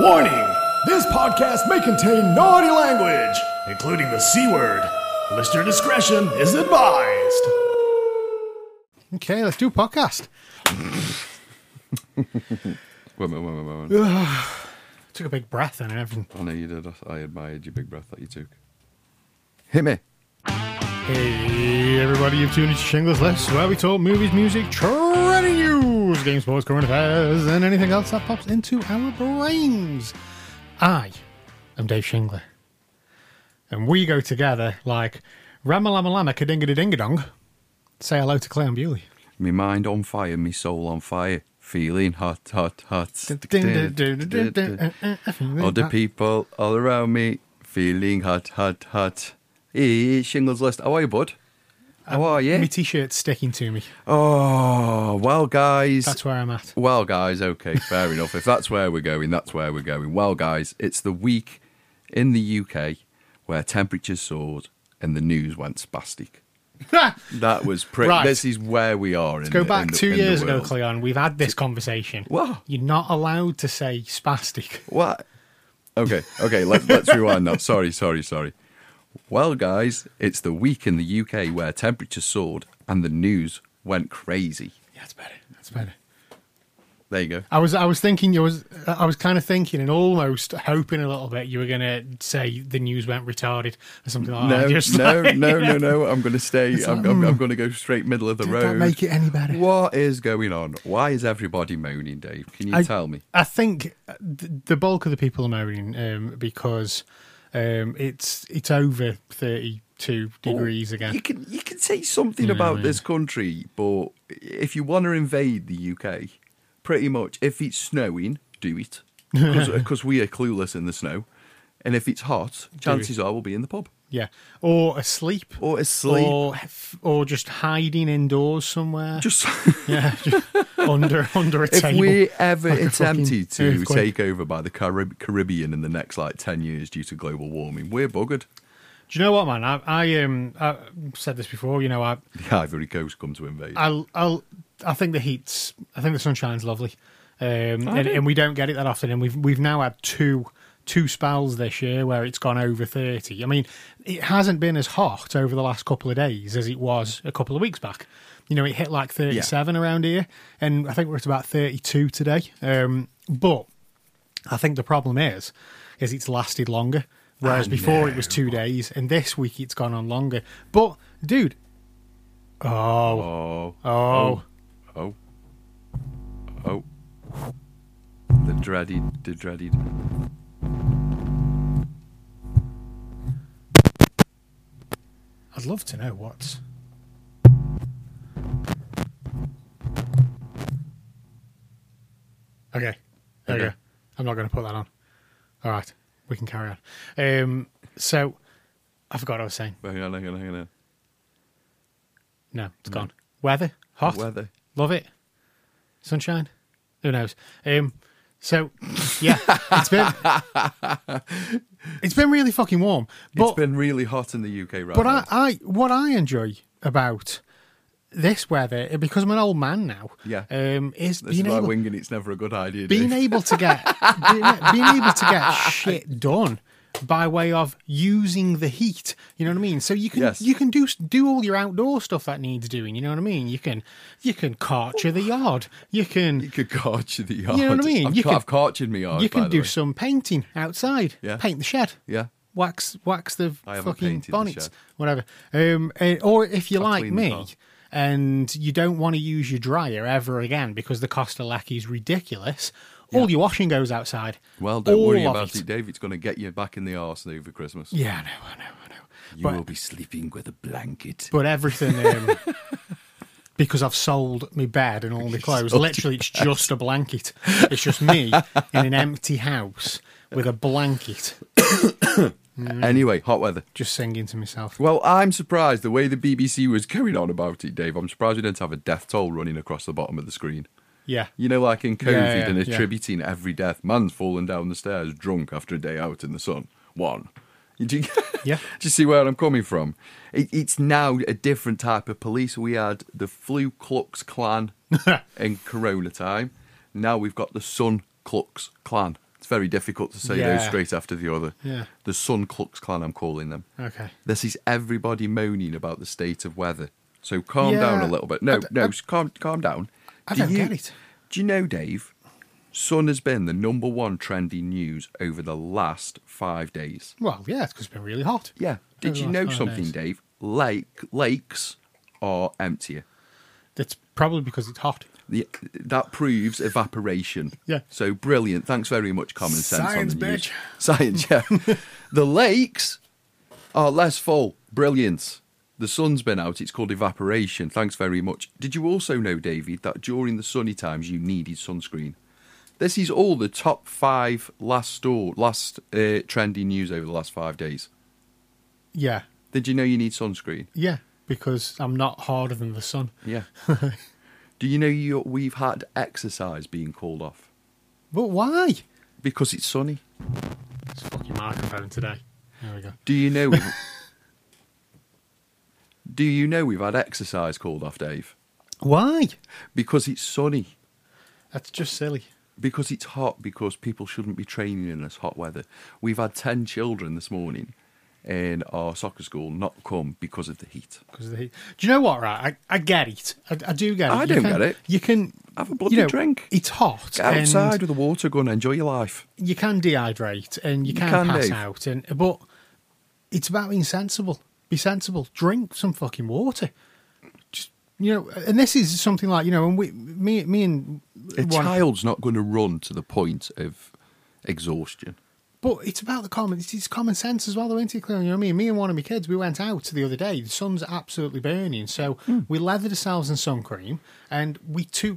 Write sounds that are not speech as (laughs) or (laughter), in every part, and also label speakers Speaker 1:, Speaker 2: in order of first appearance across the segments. Speaker 1: Warning! This podcast may contain naughty language, including the C word. Listener discretion is advised.
Speaker 2: Okay, let's do a podcast.
Speaker 3: Woman, woman, woman.
Speaker 2: Took a big breath in and everything.
Speaker 3: I know Oh, you did. I admired your big breath that you took. Hit me.
Speaker 2: Hey, everybody, you've tuned into Shingles List, where we talk movies, music, trending news, game sports, current affairs, and anything else that pops into our brains. I am Dave Shingler. And we go together like Ramalamalama kadinga dinga dong. Say hello to Claire and Bewley.
Speaker 3: Me mind on fire, me soul on fire. Feeling hot, hot, hot. Other people all around me feeling hot, hot, hot. Hey, shingles list. How are you, bud? How are
Speaker 2: My
Speaker 3: you?
Speaker 2: Uh, t shirt's sticking to me.
Speaker 3: Oh, well, guys.
Speaker 2: That's where I'm at.
Speaker 3: Well, guys, okay, fair enough. If that's where we're going, that's where we're going. Well, guys, it's the week in the UK where temperatures soared and the news went spastic. That was pretty.
Speaker 2: Right.
Speaker 3: This is where we are. in
Speaker 2: Go
Speaker 3: the-
Speaker 2: back
Speaker 3: in the-
Speaker 2: two
Speaker 3: in the
Speaker 2: years ago,
Speaker 3: world.
Speaker 2: Cleon. We've had this conversation.
Speaker 3: What?
Speaker 2: You're not allowed to say spastic.
Speaker 3: What? Okay, okay. Let, let's rewind that. Sorry, sorry, sorry. Well, guys, it's the week in the UK where temperatures soared and the news went crazy.
Speaker 2: Yeah, that's better. That's better.
Speaker 3: There you go.
Speaker 2: I was, I was thinking you was, I was kind of thinking and almost hoping a little bit you were gonna say the news went retarded or something like
Speaker 3: No,
Speaker 2: that. (laughs) Just
Speaker 3: no,
Speaker 2: like-
Speaker 3: no, no,
Speaker 2: (laughs)
Speaker 3: no. I'm going to stay. I'm,
Speaker 2: like,
Speaker 3: I'm,
Speaker 2: mm.
Speaker 3: I'm going to go straight middle of the
Speaker 2: Did
Speaker 3: road.
Speaker 2: that make it any better?
Speaker 3: What is going on? Why is everybody moaning, Dave? Can you
Speaker 2: I-
Speaker 3: tell me?
Speaker 2: I think th- the bulk of the people are moaning um, because um, it's it's over thirty-two
Speaker 3: Oh,
Speaker 2: degrees again. Mm.
Speaker 3: You can you can say something
Speaker 2: know what I
Speaker 3: about
Speaker 2: mean?
Speaker 3: this country, but if you want to invade the UK, pretty much if it's snowing, do
Speaker 2: (laughs)
Speaker 3: it because we are clueless in the snow, and if it's hot, chances are we'll be in the pub
Speaker 2: Yeah, or asleep,
Speaker 3: or asleep.
Speaker 2: or f- or just hiding indoors somewhere.
Speaker 3: Just
Speaker 2: (laughs) Yeah, just under (laughs) under a
Speaker 3: if
Speaker 2: table.
Speaker 3: we're ever
Speaker 2: Like a fucking
Speaker 3: attempted to
Speaker 2: earthquake.
Speaker 3: take over by the Carib- Caribbean in the next like ten years due to global warming, we're buggered. (laughs)
Speaker 2: Do you know what, man? I, I um, I said this before. You know, I,
Speaker 3: The Ivory Coast come to invade.
Speaker 2: I, I, I think the heat's, I think the sunshine's lovely, um, and,
Speaker 3: do.
Speaker 2: and we don't get it that often. And we've we've now had two two spells this year where it's gone over thirty. I mean, it hasn't been as hot over the last couple of days as it was a couple of weeks back. You know, it hit like thirty-seven around here, and I think we're at about thirty-two today. Um, but I think the problem is, is it's lasted longer. Whereas
Speaker 3: I
Speaker 2: before it
Speaker 3: know.
Speaker 2: was two days, and this week it's gone on longer. But dude, oh,
Speaker 3: oh,
Speaker 2: oh,
Speaker 3: oh, oh. The dreaded, the dreaded.
Speaker 2: I'd love to know what's. Okay, there we go.
Speaker 3: Okay.
Speaker 2: I'm not going to put that on. All right, we can carry on. Um, so I forgot what I was saying.
Speaker 3: Hang on, hang on, hang on.
Speaker 2: No, it's gone. Weather, hot,
Speaker 3: Weather.
Speaker 2: love it, sunshine. Who knows? Um, so yeah, it's been
Speaker 3: (laughs)
Speaker 2: it's been really fucking warm. But
Speaker 3: it's been really hot in the UK right
Speaker 2: But
Speaker 3: now.
Speaker 2: I, I, what I enjoy about this weather, because I'm an old man now,
Speaker 3: Yeah.
Speaker 2: um, is
Speaker 3: this
Speaker 2: being
Speaker 3: is why
Speaker 2: able,
Speaker 3: winging it's never a good idea.
Speaker 2: being
Speaker 3: Dave.
Speaker 2: able to get
Speaker 3: (laughs)
Speaker 2: being, being able to get shit done by way of using the heat. You know what I mean? So you can
Speaker 3: Yes.
Speaker 2: you can do do all your outdoor stuff that needs doing. You know what I mean? You can you can carcher the yard.
Speaker 3: (laughs)
Speaker 2: You
Speaker 3: you
Speaker 2: can
Speaker 3: could carch the yard.
Speaker 2: know what I mean?
Speaker 3: Oh, I've,
Speaker 2: You
Speaker 3: ca-
Speaker 2: could-
Speaker 3: I've carched my yard.
Speaker 2: you
Speaker 3: by
Speaker 2: can
Speaker 3: the
Speaker 2: do
Speaker 3: way.
Speaker 2: some painting outside.
Speaker 3: Yeah.
Speaker 2: Paint the shed.
Speaker 3: Yeah.
Speaker 2: wax wax the
Speaker 3: I haven't
Speaker 2: fucking
Speaker 3: painted the
Speaker 2: bonnets,
Speaker 3: shed.
Speaker 2: whatever. Um, eh, or if you're
Speaker 3: I've
Speaker 2: like
Speaker 3: cleaned the
Speaker 2: me
Speaker 3: car.
Speaker 2: and you don't want to use your dryer ever again because the cost of lackey is ridiculous, all your washing goes outside.
Speaker 3: Well, don't
Speaker 2: All
Speaker 3: worry
Speaker 2: of
Speaker 3: about it, Dave. It's going to get you back in the arse over Christmas.
Speaker 2: Yeah, I know, I know, I know.
Speaker 3: You
Speaker 2: but
Speaker 3: will be sleeping with a blanket.
Speaker 2: but everything. (laughs) Um, Because I've sold my bed and all my clothes.
Speaker 3: sold
Speaker 2: Literally, it's just a blanket. It's just me in an empty house with a blanket,
Speaker 3: Anyway, hot weather.
Speaker 2: just singing to myself.
Speaker 3: Well, I'm surprised the way the BBC was going on about it, Dave. I'm surprised we didn't have a death toll running across the bottom of the screen.
Speaker 2: Yeah.
Speaker 3: You know, like in COVID
Speaker 2: Yeah, yeah,
Speaker 3: and
Speaker 2: yeah.
Speaker 3: attributing every death. Man's fallen down the stairs drunk after a day out in the sun. One. (laughs) You Do you,
Speaker 2: Yeah.
Speaker 3: (laughs) do you see where I'm coming from? It, it's now a different type of police. We had the Flu Klux
Speaker 2: (laughs)
Speaker 3: Klan in Corona time. Now we've got the Sun Klux Klan It's very difficult to say those
Speaker 2: Yeah.
Speaker 3: straight after the other.
Speaker 2: Yeah.
Speaker 3: The Sun Klux Klan, I'm calling them.
Speaker 2: Okay.
Speaker 3: This is everybody moaning about the state of weather. So calm
Speaker 2: Yeah.
Speaker 3: down a little bit. No,
Speaker 2: I d-
Speaker 3: no,
Speaker 2: I-
Speaker 3: s- calm, calm down.
Speaker 2: I don't get it.
Speaker 3: Do you know, Dave? Sun has been the number one trendy news over the last five days.
Speaker 2: Well, yeah, it's because it's been really hot.
Speaker 3: Yeah.
Speaker 2: Over
Speaker 3: Did
Speaker 2: the
Speaker 3: you
Speaker 2: last
Speaker 3: know
Speaker 2: five
Speaker 3: something,
Speaker 2: days.
Speaker 3: Dave? Lake lakes are emptier.
Speaker 2: It's probably because it's hot.
Speaker 3: The, that proves evaporation.
Speaker 2: Yeah.
Speaker 3: So brilliant. Thanks very much, common sense.
Speaker 2: Science,
Speaker 3: on the news.
Speaker 2: bitch.
Speaker 3: (laughs) Science,
Speaker 2: (laughs)
Speaker 3: yeah. the lakes are less full. Brilliant. The sun's been out. It's called evaporation. Thanks very much. Did you also know, David, that during the sunny times you needed sunscreen? This is all the top five last store, last uh, trendy news over the last five days.
Speaker 2: Yeah,
Speaker 3: Did you know you need sunscreen?
Speaker 2: yeah, because I'm not harder than the sun.
Speaker 3: Yeah.
Speaker 2: (laughs)
Speaker 3: Do you know you, we've had exercise being called off
Speaker 2: But why?
Speaker 3: because it's sunny?
Speaker 2: It's fucking microphone today. There we go.
Speaker 3: Do you know? We've, do you know we've had exercise called off, Dave?
Speaker 2: Why?
Speaker 3: Because it's sunny.
Speaker 2: That's just silly.
Speaker 3: Because it's hot. Because people shouldn't be training in this hot weather. We've had ten children this morning in our soccer school not come because of the heat.
Speaker 2: Because the heat. Do you know what? Right, I, I get it. I, I do get it.
Speaker 3: I
Speaker 2: You
Speaker 3: don't
Speaker 2: can-
Speaker 3: get it.
Speaker 2: You can
Speaker 3: Have a bloody
Speaker 2: you know,
Speaker 3: drink.
Speaker 2: It's hot.
Speaker 3: Get outside
Speaker 2: and
Speaker 3: with a water gun. Enjoy your life.
Speaker 2: you can dehydrate and you,
Speaker 3: You
Speaker 2: can,
Speaker 3: can,
Speaker 2: pass
Speaker 3: Dave.
Speaker 2: out. And but it's about being sensible. Be sensible. Drink some fucking water. Just you know. And this is something like you know. And we, me, me and
Speaker 3: A
Speaker 2: one-
Speaker 3: child's not going to run to the point of exhaustion.
Speaker 2: But it's about the common. It's, it's common sense as well, though, isn't it, Claire? You know what I mean? Me and one of my kids, we went out the other day. The sun's absolutely burning, so we leathered ourselves in sun cream, and we took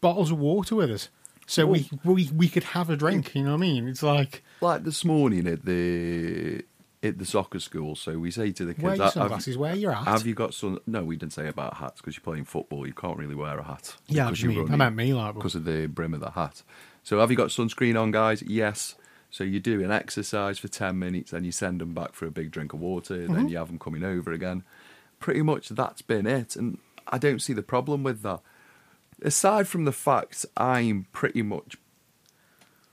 Speaker 2: bottles of water with us, so we, we we could have a drink. You know what I mean? It's like
Speaker 3: Like this morning at the at the soccer school, so we say to the kids,
Speaker 2: wear your
Speaker 3: "Have-
Speaker 2: sunglasses, where you're at.
Speaker 3: Have you got sun? No, we didn't say about hats because you're playing football. You can't really wear a hat.
Speaker 2: Yeah, I
Speaker 3: because
Speaker 2: just mean- I meant me, like, but-
Speaker 3: because of the brim of the hat. So have you got sunscreen on, guys? Yes. So you do an exercise for ten minutes, then you send them back for a big drink of water,
Speaker 2: Mm-hmm.
Speaker 3: then you have them coming over again. Pretty much that's been it, and I don't see the problem with that. Aside from the fact I'm pretty much,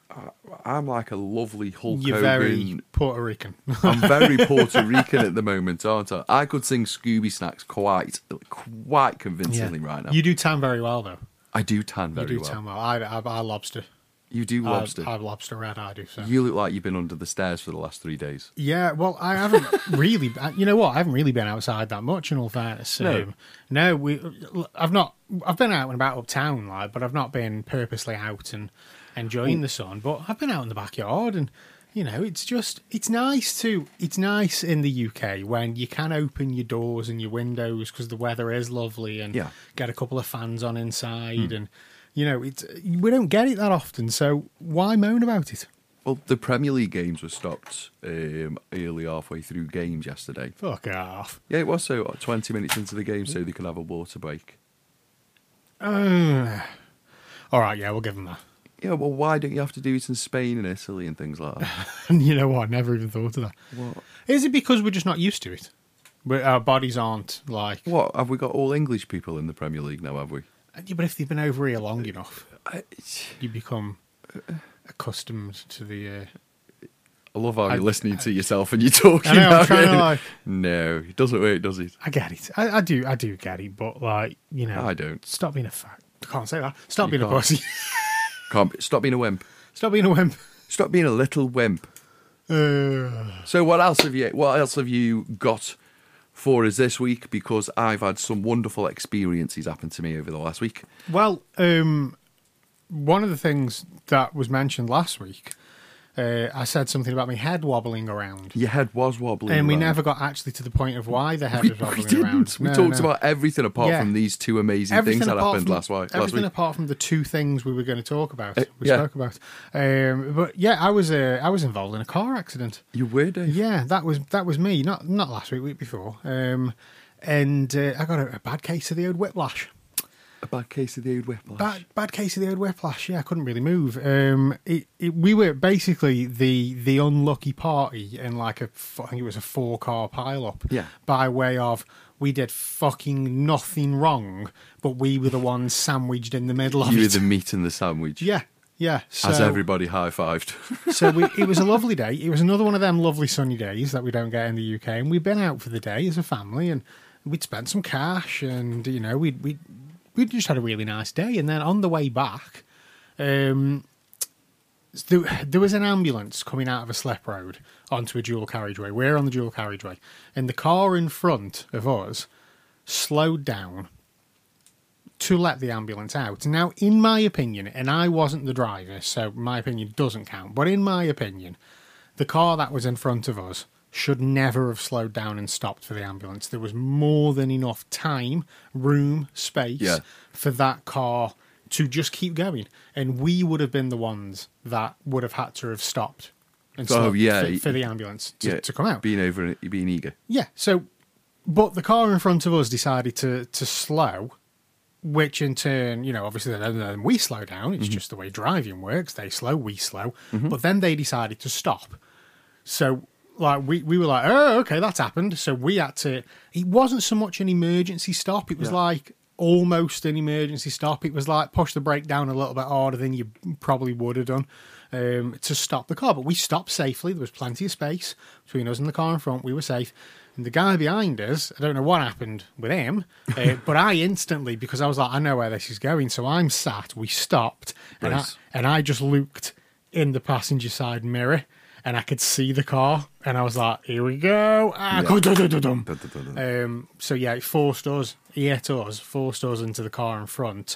Speaker 3: I- I'm like a lovely Hulk
Speaker 2: You're
Speaker 3: Hogan
Speaker 2: very Puerto Rican. (laughs)
Speaker 3: I'm very Puerto Rican at the moment, aren't I? I could sing Scooby Snacks quite, quite convincingly right now.
Speaker 2: You do tan very well, though.
Speaker 3: I do tan very
Speaker 2: you do
Speaker 3: well.
Speaker 2: tan well. Uh, I, I, I lobster.
Speaker 3: You do lobster.
Speaker 2: I, I lobster red. I do. So
Speaker 3: You look like you've been under the stairs for the last three days.
Speaker 2: Yeah, well, I haven't really. You know what? I haven't really been outside that much. In all fairness,
Speaker 3: No.
Speaker 2: Um, no, we. I've not. I've been out and about uptown, like, but I've not been purposely out and enjoying the sun. But I've been out in the backyard, and you know, it's just it's nice to. It's nice in the UK when you can open your doors and your windows because the weather is lovely, and
Speaker 3: Yeah. Hmm.
Speaker 2: get a couple of fans on inside, and you know, it's we don't get it that often. So why moan about it?
Speaker 3: Well, the Premier League games were stopped um, early halfway through games yesterday.
Speaker 2: Fuck off.
Speaker 3: Yeah, it was so 20 minutes into the game, so they could have a water break.
Speaker 2: Uh, all right, yeah, we'll give them that.
Speaker 3: Yeah, well, why don't you have to do it in Spain and Italy and things like that?
Speaker 2: (laughs) And you know what? I never even thought of that. Is
Speaker 3: what?
Speaker 2: it because we're just not used to it? we our bodies aren't like.
Speaker 3: What? Have we got all English people in the Premier League now, have we?
Speaker 2: Yeah, but if they've been over here long enough,
Speaker 3: I,
Speaker 2: you become accustomed to the. Uh,
Speaker 3: I love how
Speaker 2: I-
Speaker 3: you're listening to yourself and you're talking.
Speaker 2: I know, I'm
Speaker 3: now.
Speaker 2: trying to, like-
Speaker 3: No, it doesn't work, does it?
Speaker 2: I get it. I, I do. I do get it. But like you know,
Speaker 3: I don't.
Speaker 2: Stop being a fat. I can't say that. Stop
Speaker 3: You
Speaker 2: being a
Speaker 3: can't.
Speaker 2: pussy. (laughs)
Speaker 3: Can't be, stop being a wimp.
Speaker 2: stop being a wimp.
Speaker 3: Stop being a little wimp.
Speaker 2: Uh,
Speaker 3: So what else have you? What else have you got for us this week? Because I've had some wonderful experiences happen to me over the last week.
Speaker 2: well, um, one of the things that was mentioned last week, uh, I said something about my head wobbling around.
Speaker 3: Your head was wobbling,
Speaker 2: And we
Speaker 3: around.
Speaker 2: never got actually to the point of why the head
Speaker 3: We,
Speaker 2: was
Speaker 3: we
Speaker 2: wobbling
Speaker 3: didn't.
Speaker 2: around.
Speaker 3: We
Speaker 2: No,
Speaker 3: talked
Speaker 2: no.
Speaker 3: about everything apart
Speaker 2: Yeah.
Speaker 3: from these two amazing
Speaker 2: Everything
Speaker 3: things that
Speaker 2: apart
Speaker 3: happened
Speaker 2: from-
Speaker 3: last, wi- last
Speaker 2: Everything
Speaker 3: week.
Speaker 2: apart from the two things we were going to talk about.
Speaker 3: Uh,
Speaker 2: we
Speaker 3: yeah.
Speaker 2: spoke about. Um, but yeah, I was uh, I was involved in a car accident.
Speaker 3: you were, Dave.
Speaker 2: Yeah, that was that was me. Not not last week, week before. Um, and uh, I got a, a bad case of the old whiplash.
Speaker 3: A bad case of the old whiplash.
Speaker 2: Bad, bad case of the old whiplash. Yeah, I couldn't really move. Um, it, it, we were basically the the unlucky party in like a f- I think it was a four car pile up.
Speaker 3: Yeah.
Speaker 2: By way of we did fucking nothing wrong, but we were the ones sandwiched in the middle of
Speaker 3: You were
Speaker 2: it.
Speaker 3: the meat and the sandwich.
Speaker 2: yeah. Yeah. So,
Speaker 3: As everybody high (laughs) fived.
Speaker 2: so we, it was a lovely day. It was another one of them lovely sunny days that we don't get in the UK. And we'd been out for the day as a family and we'd spent some cash and, you know, we'd, we'd, we'd just had a really nice day. And then on the way back, um, there, there was an ambulance coming out of a slip road onto a dual carriageway. We're on the dual carriageway. And the car in front of us slowed down to let the ambulance out. Now, in my opinion, and I wasn't the driver, so my opinion doesn't count, but in my opinion, the car that was in front of us should never have slowed down and stopped for the ambulance. There was more than enough time, room, space
Speaker 3: Yeah.
Speaker 2: for that car to just keep going. And we would have been the ones that would have had to have stopped and
Speaker 3: Oh,
Speaker 2: stopped
Speaker 3: yeah.
Speaker 2: for, for the ambulance (laughs) to,
Speaker 3: Yeah,
Speaker 2: to come out.
Speaker 3: Being over being eager.
Speaker 2: Yeah. So, but the car in front of us decided to to slow, which in turn, you know, obviously then, then we slow down. It's just the way driving works. They slow, we slow. But then they decided to stop. So. Like we, we were like, oh, okay, that's happened. So we had to. It wasn't so much an emergency stop. It was like almost an emergency stop. It was like push the brake down a little bit harder than you probably would have done um, to stop the car. But we stopped safely. There was plenty of space between us and the car in front. We were safe. And the guy behind us, I don't know what happened with him, uh, (laughs) but I instantly, because I was like, I know where this is going. So I'm sat, we stopped, and I,
Speaker 3: Nice.
Speaker 2: and I just looked in the passenger side mirror. And I could see the car, and I was like, "Here we go!" Ah,
Speaker 3: Yeah.
Speaker 2: go-dum-dum-dum-dum.
Speaker 3: Dun, dun, dun, dun.
Speaker 2: Um, so yeah, it forced us, he hit us, forced us into the car in front.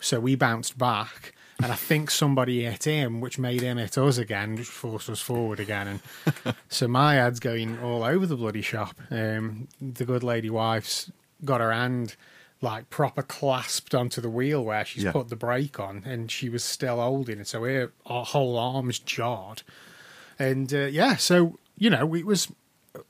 Speaker 2: So we bounced back, and I think somebody hit him, which made him hit us again, which forced us forward again.
Speaker 3: (laughs)
Speaker 2: And so my ad's going all over the bloody shop. Um, the good lady wife's got her hand like proper clasped onto the wheel where she's
Speaker 3: Yeah.
Speaker 2: put the brake on, and she was still holding it, so her, her whole arm's jarred. And uh, yeah, so you know, it was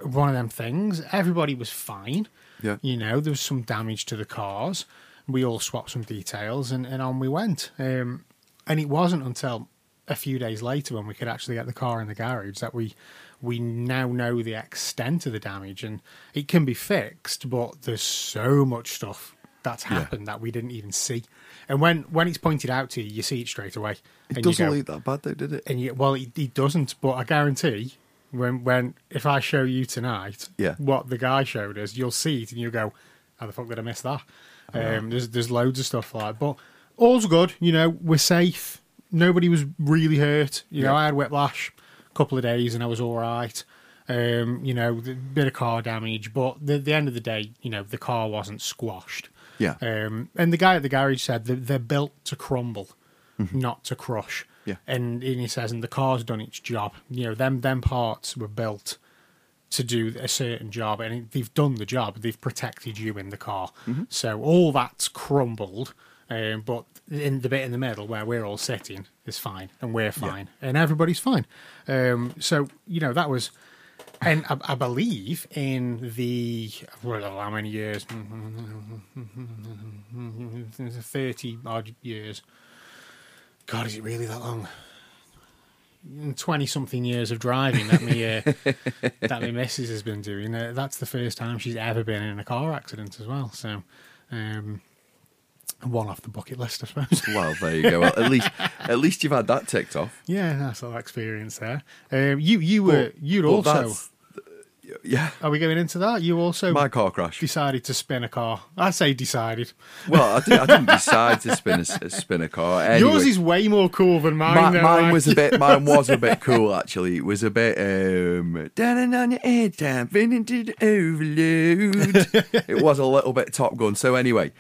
Speaker 2: one of them things. Everybody was fine.
Speaker 3: Yeah.
Speaker 2: You know, there was some damage to the cars. We all swapped some details, and, and on we went. Um, and it wasn't until a few days later when we could actually get the car in the garage that we we now know the extent of the damage, and it can be fixed. But there's so much stuff that's happened that we didn't even see. And when when it's pointed out to you, you see it straight away.
Speaker 3: It
Speaker 2: and you
Speaker 3: doesn't
Speaker 2: go,
Speaker 3: look that bad though, did
Speaker 2: (laughs)
Speaker 3: it?
Speaker 2: and yet, well, he, he doesn't. But I guarantee, when when if I show you tonight,
Speaker 3: Yeah.
Speaker 2: what the guy showed us, you'll see it and you'll go, "How the fuck did I miss that?" Um, there's there's loads of stuff like, but all's good. You know, we're safe. Nobody was really hurt. You know,
Speaker 3: Yeah.
Speaker 2: I had whiplash a couple of days and I was all right. Um, you know, a bit of car damage, but the, the end of the day, you know, the car wasn't squashed.
Speaker 3: Yeah.
Speaker 2: Um, and the guy at the garage said that they're built to crumble, not to crush.
Speaker 3: Yeah.
Speaker 2: And, and he says, and the car's done its job. You know, them them parts were built to do a certain job, and it- they've done the job. They've protected you in the car. So all that's crumbled. Um, but in the bit in the middle where we're all sitting is fine, and we're fine, and everybody's fine. Um, so you know that was and I, I believe in the well, how many years? Thirty odd years. God, is it really that long? Twenty something years of driving that me uh,
Speaker 3: (laughs)
Speaker 2: that my missus has been doing. Uh, that's the first time she's ever been in a car accident as well. So, um, one off the bucket list, I suppose. (laughs)
Speaker 3: Well, there you go. Well, at least at least you've had that ticked off.
Speaker 2: yeah, that's our experience there. Um, you you were
Speaker 3: But-
Speaker 2: you'd
Speaker 3: but
Speaker 2: also.
Speaker 3: that's- yeah,
Speaker 2: Are we going into that? You also
Speaker 3: my car crash.
Speaker 2: decided to spin a car. I say decided.
Speaker 3: Well, I, did, I didn't decide to spin a, s- spin a car. Anyway,
Speaker 2: Yours is way more cool than mine.
Speaker 3: Mi-
Speaker 2: though,
Speaker 3: mine
Speaker 2: like-
Speaker 3: was a
Speaker 2: (laughs)
Speaker 3: bit. Mine was a bit cool actually. It was a bit um, down and on your head, diving into the
Speaker 2: (laughs)
Speaker 3: overload. it was a little bit Top Gun. So anyway,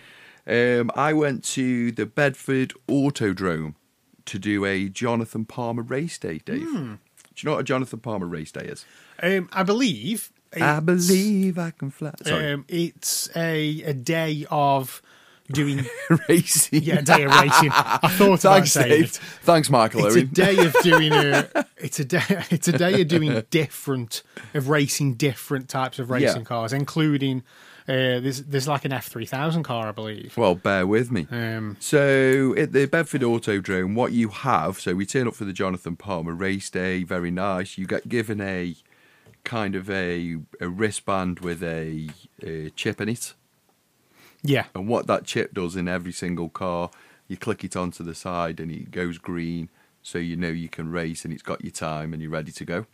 Speaker 3: um, I went to the Bedford Autodrome to do a Jonathan Palmer race day, Dave.
Speaker 2: Hmm.
Speaker 3: Do you know what a Jonathan Palmer race day is?
Speaker 2: Um, I believe.
Speaker 3: I
Speaker 2: it's,
Speaker 3: believe I can fly. Ah, Sorry,
Speaker 2: Um, it's a a day of doing.
Speaker 3: (laughs) racing.
Speaker 2: Yeah, a day of racing. I thought about
Speaker 3: Thanks,
Speaker 2: saying
Speaker 3: Dave.
Speaker 2: it.
Speaker 3: Thanks, Michael
Speaker 2: It's a
Speaker 3: Owen.
Speaker 2: day of doing a.
Speaker 3: (laughs)
Speaker 2: It's a day. It's a day of doing different of racing different types of
Speaker 3: Yeah.
Speaker 2: racing cars, including uh, there's there's like an F three thousand car, I believe.
Speaker 3: Well, bear with me.
Speaker 2: Um,
Speaker 3: So at the Bedford Autodrome, what you have, so we turn up for the Jonathan Palmer race day, very nice. You get given a kind of a, a wristband with a, uh chip in it,
Speaker 2: Yeah,
Speaker 3: and what that chip does in every single car You click it onto the side and it goes green, so you know you can race and it's got your time and you're ready to go.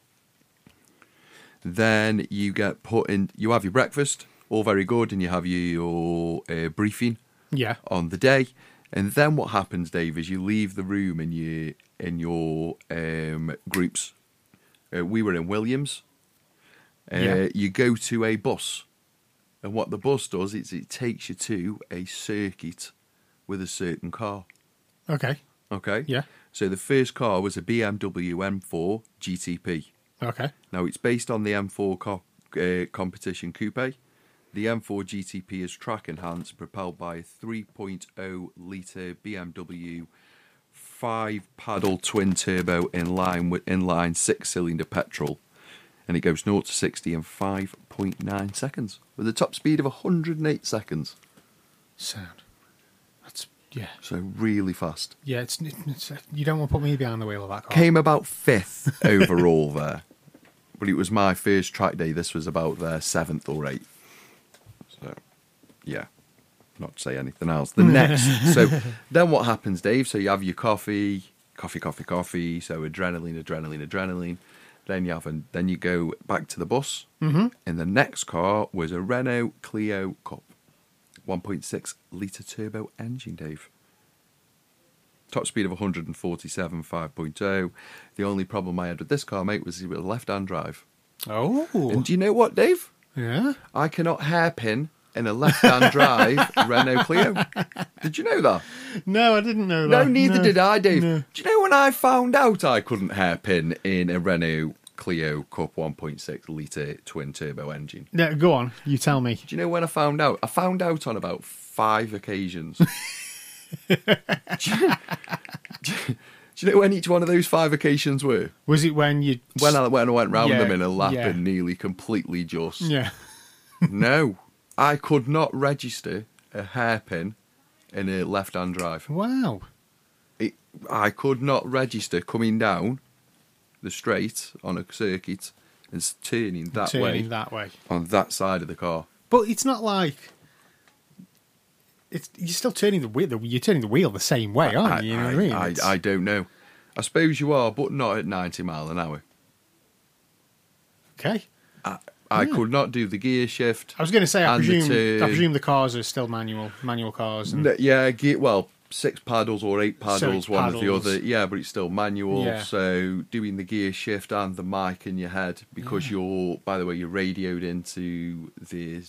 Speaker 3: Then you get put in. You have your breakfast, all very good, and you have your uh, briefing
Speaker 2: Yeah.
Speaker 3: on the day. And then what happens, Dave, is you leave the room in your in your um, groups. Uh, we were in Williams. Uh,
Speaker 2: Yeah.
Speaker 3: You go to a bus, and what the bus does is it takes you to a circuit with a certain car.
Speaker 2: Okay.
Speaker 3: Okay.
Speaker 2: Yeah.
Speaker 3: So the first car was a BMW M4 GTP.
Speaker 2: Okay.
Speaker 3: Now it's based on the M4 co- uh, competition coupe. The M4 GTP is track enhanced, propelled by a 3.0 litre BMW five paddle twin turbo inline with inline six cylinder petrol, and it goes 0 to 60 in 5.9 seconds with a top speed of 108 seconds.
Speaker 2: Sound. That's yeah.
Speaker 3: So really fast.
Speaker 2: Yeah. It's, it's you don't want to put me behind the wheel of that car.
Speaker 3: Came about fifth overall there, but it was my first track day. This was about their seventh or eighth. So, yeah, not to say anything else. The next, so then what happens, Dave? So you have your coffee, coffee, coffee, coffee. So adrenaline, adrenaline, adrenaline. Then you have, and then you go back to the bus. Mm-hmm. And the next car was a Renault Clio Cup, 1.6 litre turbo engine, Dave. Top speed of 147, 5.0. oh. The only problem I had with this car, mate, was it was left hand drive.
Speaker 2: Oh.
Speaker 3: And do you know what, Dave?
Speaker 2: Yeah.
Speaker 3: I cannot hairpin in a (laughs) left-hand drive Renault Clio. Did you know that?
Speaker 2: No, I didn't know
Speaker 3: No,
Speaker 2: that.
Speaker 3: neither did I, Dave.
Speaker 2: no.
Speaker 3: Do you know when I found out I couldn't hairpin in a Renault Clio Cup 1.6 litre twin turbo engine?
Speaker 2: Yeah, go on. You tell me.
Speaker 3: Do you know when I found out? I found out on about five (laughs) occasions. do, you, do you know when each one of those five occasions were?
Speaker 2: Was it when you?
Speaker 3: When I, when I went round
Speaker 2: Yeah,
Speaker 3: them in a lap
Speaker 2: yeah.
Speaker 3: and nearly completely just
Speaker 2: (laughs) yeah.
Speaker 3: (laughs) No, I could not register a hairpin in a left-hand drive.
Speaker 2: Wow.
Speaker 3: It, I could not register coming down the straight on a circuit and s- turning that
Speaker 2: Turning
Speaker 3: way
Speaker 2: that way.
Speaker 3: on that side of the car.
Speaker 2: But it's not like it's you're still turning the wheel. You're turning the wheel the same way, aren't Oh, you? You know what I mean?
Speaker 3: I,
Speaker 2: It's-
Speaker 3: I don't know. I suppose you are, but not at 90 mile an hour.
Speaker 2: okay.
Speaker 3: I, I could not do the gear shift.
Speaker 2: I was going to say, I
Speaker 3: And the
Speaker 2: presume, I
Speaker 3: turn.
Speaker 2: presume the cars are still manual, manual cars. And,
Speaker 3: N- Yeah, gear, well, six paddles or eight
Speaker 2: Mm. So it's
Speaker 3: paddles, one or the
Speaker 2: paddles.
Speaker 3: other. Yeah, but it's still manual.
Speaker 2: Yeah.
Speaker 3: So doing the gear shift and the mic in your head because you're, by the way, you're radioed into the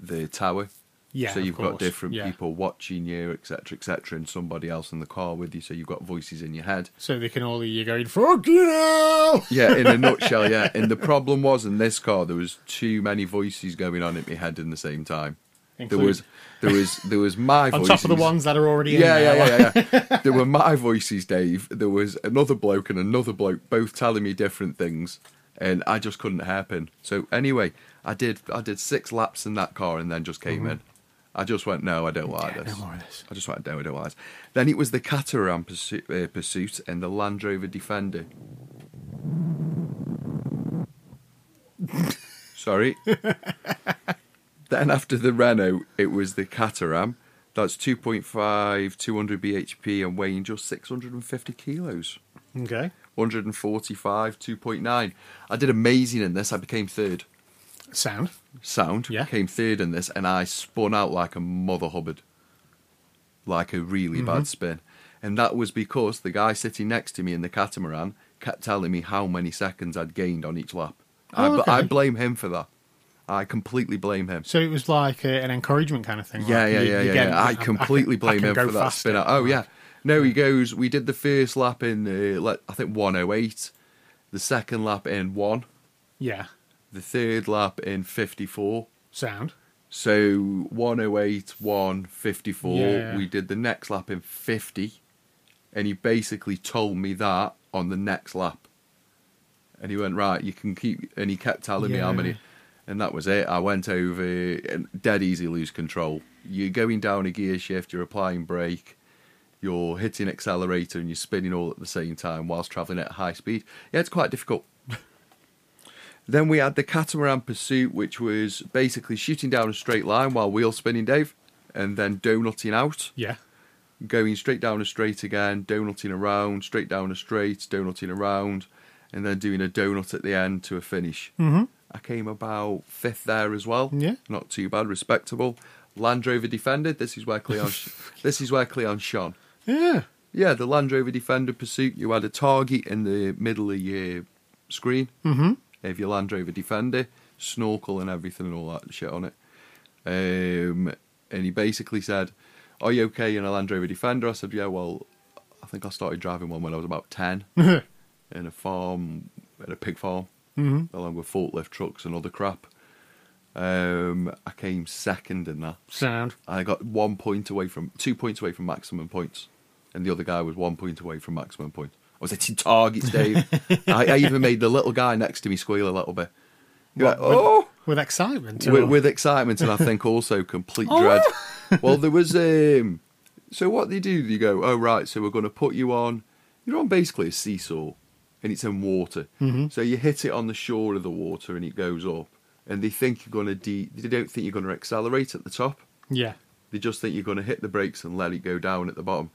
Speaker 3: the tower.
Speaker 2: Yeah,
Speaker 3: So
Speaker 2: of
Speaker 3: you've
Speaker 2: course.
Speaker 3: got different
Speaker 2: Yeah.
Speaker 3: people watching you, etc., etc., and somebody else in the car with you. So you've got voices in your head.
Speaker 2: so they can all hear you going, "Fuck you!" now!"
Speaker 3: Yeah, in a nutshell, yeah. And the problem was in this car there was too many voices going on in my head in the same time.
Speaker 2: Including-
Speaker 3: There was there was there was my
Speaker 2: (laughs) On
Speaker 3: voices.
Speaker 2: top of the ones that are already
Speaker 3: Yeah,
Speaker 2: in
Speaker 3: yeah,
Speaker 2: there.
Speaker 3: yeah, yeah,
Speaker 2: (laughs)
Speaker 3: yeah. there were my voices, Dave. There was another bloke and another bloke, both telling me different things, and I just couldn't happen. So anyway, I did. I did six laps in that car, and then just came in. I just went, no, I don't like this.
Speaker 2: Mm-hmm. no more of this.
Speaker 3: I just went, no, I don't like this. Then it was the Caterham pursuit, uh, pursuit and the Land Rover
Speaker 2: (laughs)
Speaker 3: Defender. Sorry. Then after the Renault, it was the Caterham. That's 2.5, 200 bhp and weighing just 650 kilos.
Speaker 2: Okay.
Speaker 3: 145, 2.9. I did amazing in this. I became third.
Speaker 2: Sound.
Speaker 3: Sound
Speaker 2: Yeah.
Speaker 3: came third in this, and I spun out like a mother hubbard, like a really
Speaker 2: Mm-hmm.
Speaker 3: bad spin. And that was because the guy sitting next to me in the catamaran kept telling me how many seconds I'd gained on each lap. I,
Speaker 2: Oh,
Speaker 3: bl- I
Speaker 2: okay.
Speaker 3: blame him for that. I completely blame him.
Speaker 2: So it was like uh an encouragement kind of thing.
Speaker 3: Yeah,
Speaker 2: like,
Speaker 3: yeah,
Speaker 2: you-
Speaker 3: yeah,
Speaker 2: you
Speaker 3: yeah,
Speaker 2: get-
Speaker 3: yeah. I completely
Speaker 2: can- (laughs) I
Speaker 3: blame
Speaker 2: can
Speaker 3: him
Speaker 2: go
Speaker 3: for that
Speaker 2: faster.
Speaker 3: spin out. Oh yeah, no, he goes. We did the first lap in uh, let, I think one oh eight, the second lap in one,
Speaker 2: Yeah.
Speaker 3: the third lap in fifty four.
Speaker 2: Sound.
Speaker 3: So 108, 154.
Speaker 2: Yeah.
Speaker 3: We did the next lap in 50. And he basically told me that on the next lap. And he went, right, you can keep. And he kept telling me how
Speaker 2: Yeah.
Speaker 3: many. And that was it. I went over and dead easy lose control. You're going down a gear shift, you're applying brake, you're hitting accelerator, and you're spinning all at the same time whilst travelling at high speed. Yeah, it's quite difficult. (laughs) Then we had the catamaran pursuit, which was basically shooting down a straight line while wheel spinning, Dave, and then donutting out.
Speaker 2: Yeah.
Speaker 3: going straight down a straight again, donutting around, straight down a straight, donutting around, and then doing a donut at the end to a finish. Mm-hmm. I came about fifth there as well.
Speaker 2: Yeah.
Speaker 3: not too bad, respectable. Land Rover defended. This is where Cleon. this is where Cleon shone.
Speaker 2: Yeah.
Speaker 3: Yeah, the Land Rover Defender Pursuit, you had a target in the middle of your screen
Speaker 2: Mm-hmm.
Speaker 3: of your Land Rover Defender, snorkel and everything and all that shit on it. Um, and he basically said, Are you okay in a Land Rover Defender? I said, Yeah, well, I think I started driving one when I was about 10 in a farm, at a pig farm, along with forklift trucks and other crap. Um, I came second in that.
Speaker 2: Sound.
Speaker 3: I got one point away from two points away from maximum points, and the other guy was one point away from maximum points. I was hitting targets, Dave. I, I even made the little guy next to me squeal a little bit. You're like, oh,
Speaker 2: With excitement.
Speaker 3: with,
Speaker 2: or-
Speaker 3: with excitement, and I think also complete dread. well, there was um. So what they do? They go, oh right, so we're going to put you on. You're on basically a seesaw, and it's in water. So you hit it on the shore of the water, and it goes up. And they think you're going to de- they don't think you're going to accelerate at the top.
Speaker 2: Yeah.
Speaker 3: They just think you're going to hit the brakes and let it go down at the bottom.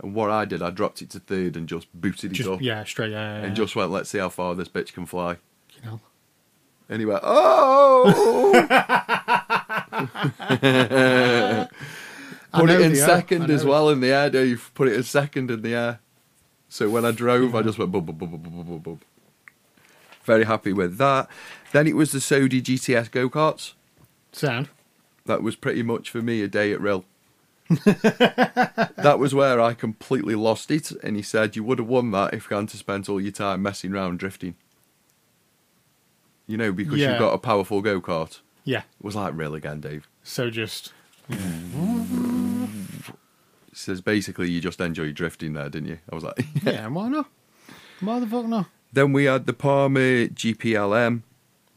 Speaker 3: And what I did, I dropped it to third and just booted it
Speaker 2: Just,
Speaker 3: up
Speaker 2: yeah, straight. Yeah, yeah,
Speaker 3: and just went, let's see how far this bitch can fly.
Speaker 2: You know.
Speaker 3: And he went,
Speaker 2: (laughs)
Speaker 3: oh!
Speaker 2: I
Speaker 3: put
Speaker 2: know uh,
Speaker 3: it in
Speaker 2: they are. I
Speaker 3: second
Speaker 2: know
Speaker 3: as
Speaker 2: it.
Speaker 3: well in the air, do you? Put it in second in the air. So when I drove, I just went, bub, bub, bub, bub, bub, bub, bub. Very happy with that. Then it was the Sodi GTS go karts.
Speaker 2: Sound.
Speaker 3: That was pretty much for me a day at Rill. that was where I completely lost it, and he said you would have won that if you hadn't spent all your time messing around drifting. You know, because
Speaker 2: Yeah.
Speaker 3: you've got a powerful go kart.
Speaker 2: Yeah.
Speaker 3: It was like Rill again, Dave.
Speaker 2: So just.
Speaker 3: He says basically you just enjoyed drifting there, didn't you? I was like, (laughs)
Speaker 2: Yeah, why not? Why the fuck not?
Speaker 3: Then we had the Palmer GPLM,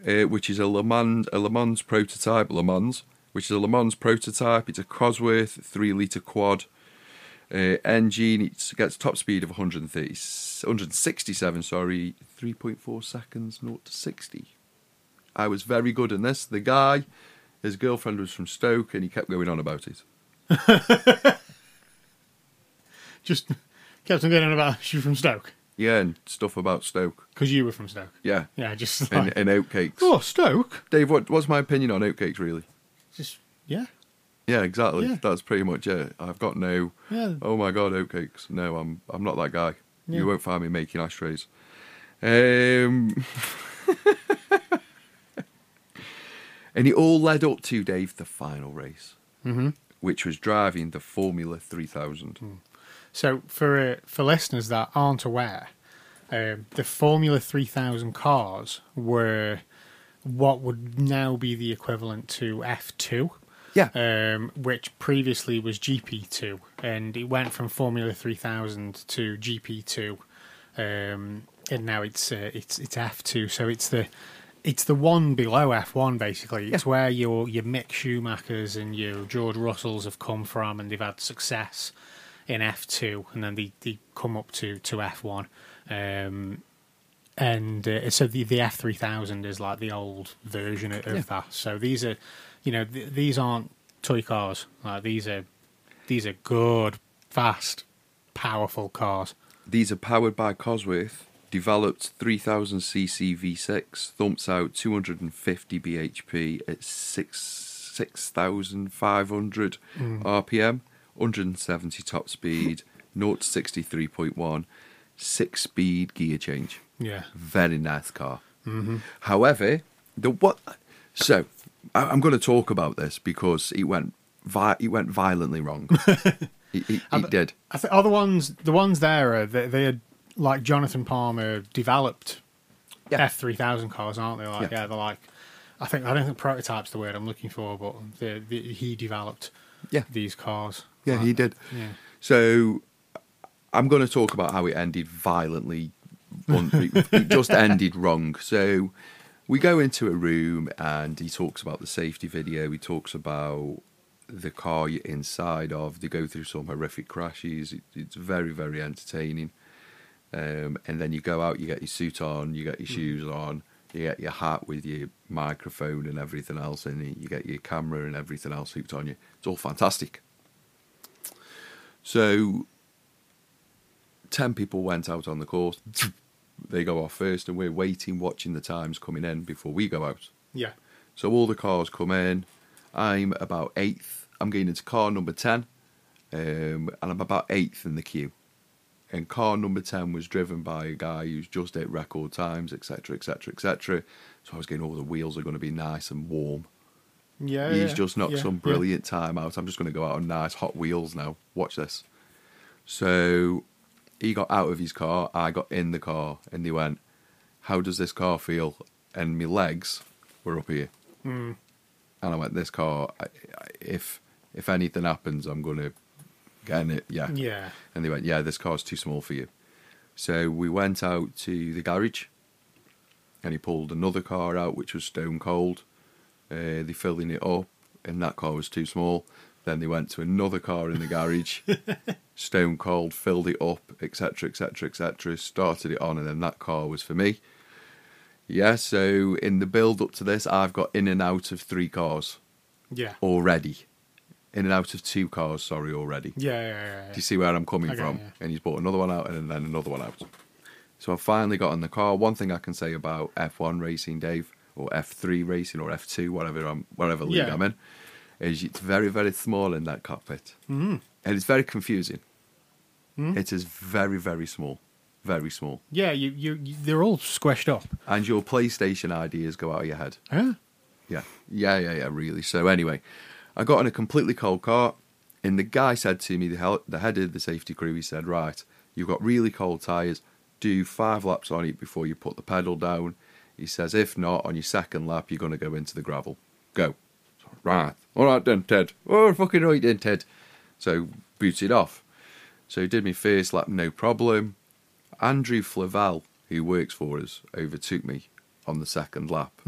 Speaker 3: uh, which is a Le Mans, a Le Mans prototype, Le Mans, which is a Le Mans prototype. It's a Cosworth three litre quad uh, engine. It gets top speed of 130, 167, sorry, 3.4 seconds, 0 to 60. I was very good in this. The guy, his girlfriend was from Stoke, and he kept going on about it.
Speaker 2: Just kept on going on about you from Stoke.
Speaker 3: Yeah, and stuff about Stoke.
Speaker 2: Because you were from Stoke.
Speaker 3: Yeah,
Speaker 2: Yeah, just like.
Speaker 3: and, and oatcakes.
Speaker 2: oh, Stoke?
Speaker 3: Dave, what, what's my opinion on oatcakes, really?
Speaker 2: Just. Yeah.
Speaker 3: Yeah, exactly.
Speaker 2: Yeah.
Speaker 3: That's pretty much it. I've got no.
Speaker 2: Yeah.
Speaker 3: Oh my god, oatcakes. No, I'm I'm not that guy.
Speaker 2: Yeah.
Speaker 3: You won't find me making ashtrays. Um. (laughs) and it all led up to Dave the final race,
Speaker 2: Mm-hmm. Mm.
Speaker 3: which was driving the Formula 3000.
Speaker 2: So for uh, for listeners that aren't aware, um, the Formula 3000 cars were what would now be the equivalent to F2,
Speaker 3: Yeah,
Speaker 2: um, which previously was GP2, and it went from Formula 3000 to GP2, um, and now it's uh, it's it's F2. So it's the it's the one below F1 basically. It's where your your Mick Schumachers and your George Russells have come from, and they've had success in F2, and then they, they come up to to F1. Um, and uh, so the, the F three thousand is like the old version of, of that. So these are, you know, th- these aren't toy cars. Like these are, these are good, fast, powerful cars.
Speaker 3: These are powered by Cosworth, developed 3000cc V6, thumps out 250 bhp at six- 6500 rpm, 170 top speed, 0 to 63.1, six speed gear change.
Speaker 2: Yeah.
Speaker 3: Very nice car. However, the what? So I, I'm going to talk about this because it went vi- it went violently wrong. it, it, it did.
Speaker 2: I think are the ones the ones there are they, they are like Jonathan Palmer developed
Speaker 3: Yeah.
Speaker 2: F three thousand cars, aren't they? Like yeah.
Speaker 3: Yeah.
Speaker 2: they're like. I think I don't think prototype's the word I'm looking for, but the, the, he developed
Speaker 3: Yeah.
Speaker 2: these cars.
Speaker 3: Yeah,
Speaker 2: Like,
Speaker 3: he did.
Speaker 2: Yeah.
Speaker 3: So I'm going to talk about how it ended violently. un- it it just ended wrong. So we go into a room and he talks about the safety video. He talks about the car you're inside of. They go through some horrific crashes. It, it's very, very entertaining. Um, and then you go out, you get your suit on, you get your shoes on, you get your hat with your microphone and everything else, and you get your camera and everything else hooked on you. It's all fantastic. So, 10 people went out on the course. (laughs) They go off first, and we're waiting, watching the times coming in before we go out.
Speaker 2: Yeah.
Speaker 3: So all the cars come in. I'm about eighth. I'm getting into car number 10, um, and I'm about eighth in the queue. And car number 10 was driven by a guy who's just hit record times, etc., etc., etc. So I was getting all the wheels are going to be nice and warm.
Speaker 2: Yeah.
Speaker 3: He's
Speaker 2: yeah,
Speaker 3: just knocked
Speaker 2: yeah,
Speaker 3: some
Speaker 2: yeah.
Speaker 3: brilliant time out. I'm just going to go out on nice hot wheels now. Watch this. So he got out of his car. I got in the car, and they went, "How does this car feel?" And my legs were up here,
Speaker 2: Hmm.
Speaker 3: and I went, "This car, I, I, if if anything happens, I'm going to get in it." Yeah.
Speaker 2: Yeah.
Speaker 3: And they went, "Yeah, this car's too small for you." So we went out to the garage, and he pulled another car out, which was stone cold. Uh, they filling it up, and that car was too small. Then they went to another car in the garage, stone cold, filled it up, etc., etc., etc. Started it on, and then that car was for me. Yeah. So in the build up to this, I've got in and out of three cars
Speaker 2: Yeah.
Speaker 3: already, in and out of two cars. Sorry, already.
Speaker 2: Yeah. yeah, yeah, yeah.
Speaker 3: Do you see where I'm coming
Speaker 2: Okay,
Speaker 3: from?
Speaker 2: yeah.
Speaker 3: And he's bought another one out and then another one out. So I finally got in the car. One thing I can say about F1 racing, Dave, or F3 racing, or F2, whatever I'm, whatever league
Speaker 2: Yeah.
Speaker 3: I'm in, is it's very, very small in that cockpit,
Speaker 2: Mm-hmm.
Speaker 3: mm. and it's very confusing. It is very, very small, very small,
Speaker 2: Yeah, you, you, you, they're all squished up.
Speaker 3: and your PlayStation ideas go out of your head.
Speaker 2: Huh?
Speaker 3: Yeah, yeah, yeah, yeah. Really. So anyway, I got in a completely cold car, and the guy said to me, the, hel- the head of the safety crew, he said, "Right, you've got really cold tyres. Do five laps on it before you put the pedal down." He says, "If not, on your second lap, you're going to go into the gravel. Go." So, right. All right then, Ted. Oh, fucking right then, Ted. So booted off. So he did me first lap, no problem. Andrew Flavel, who works for us, overtook me on the second lap.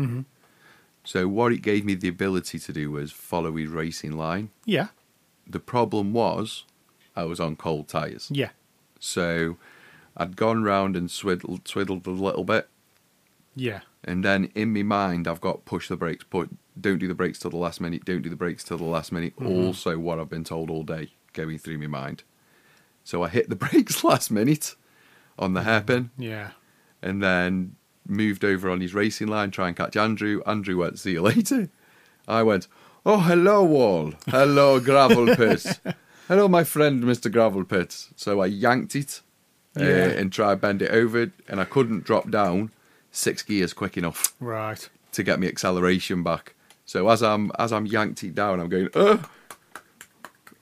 Speaker 3: So what it gave me the ability to do was follow his racing line.
Speaker 2: Yeah.
Speaker 3: The problem was I was on cold tyres.
Speaker 2: Yeah.
Speaker 3: So I'd gone round and swiddled, twiddled a little bit.
Speaker 2: Yeah.
Speaker 3: And then in my mind, I've got push the brakes, put, don't do the brakes till the last minute, don't do the brakes till the last minute. Also, what I've been told all day going through my mind. So I hit the (laughs) brakes last minute on the hairpin
Speaker 2: Yeah.
Speaker 3: and then moved over on his racing line, try and catch Andrew. Andrew went, see you (laughs) later. I went, oh, hello, wall. Hello, gravel pit. hello, my friend, Mr. Gravel Pit. So I yanked it uh,
Speaker 2: Yeah.
Speaker 3: and tried bend it over, and I couldn't drop down six gears quick enough
Speaker 2: Right.
Speaker 3: to get me acceleration back. So as I'm as I'm yanked it down, I'm going, uh,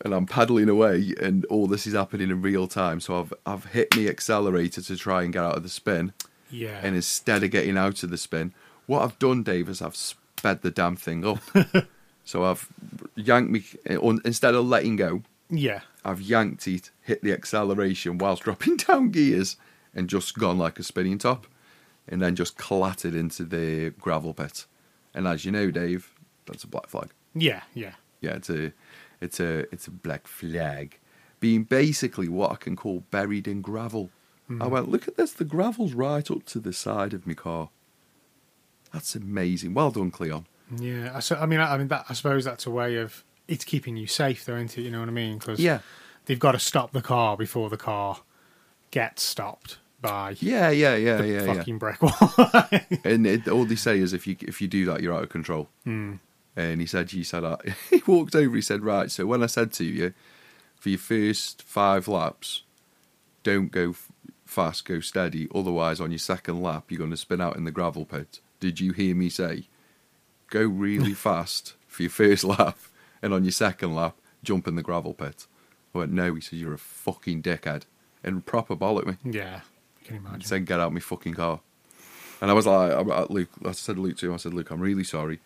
Speaker 3: and I'm paddling away, and all this is happening in real time. So I've I've hit my accelerator to try and get out of the spin,
Speaker 2: Yeah.
Speaker 3: and instead of getting out of the spin, what I've done, Dave, is I've sped the damn thing up. so I've yanked me instead of letting go,
Speaker 2: yeah.
Speaker 3: I've yanked it, hit the acceleration whilst dropping (laughs) down gears, and just gone like a spinning top, and then just clattered into the gravel pit. And as you know, Dave, that's a black flag.
Speaker 2: Yeah. Yeah.
Speaker 3: Yeah, it's a, it's a, it's a black flag, being basically what I can call buried in gravel. I went, look at this. The gravel's right up to the side of my car. That's amazing. Well done, Cleon.
Speaker 2: Yeah. I, so, I mean, I, I mean, that, I suppose that's a way of it's keeping you safe, though, isn't it? You know what I mean? Because
Speaker 3: Yeah.
Speaker 2: they've got to stop the car before the car gets stopped by
Speaker 3: Yeah, yeah, yeah,
Speaker 2: the
Speaker 3: yeah, yeah.
Speaker 2: fucking brick wall. (laughs)
Speaker 3: (laughs) And it, all they say is if you if you do that, you're out of control. And he said, "You said I." (laughs) he walked over. He said, "Right." So when I said to you, for your first five laps, don't go f- fast, go steady. Otherwise, on your second lap, you're going to spin out in the gravel pit. Did you hear me say, go really fast for your first lap, and on your second lap, jump in the gravel pit? I went, "No." He said, "You're a fucking dickhead," and proper bollock me
Speaker 2: yeah. I can imagine.
Speaker 3: saying, "Get out of my fucking car." And I was like, I, I, Luke, I said to Luke to him, I said, "Luke, I'm really sorry.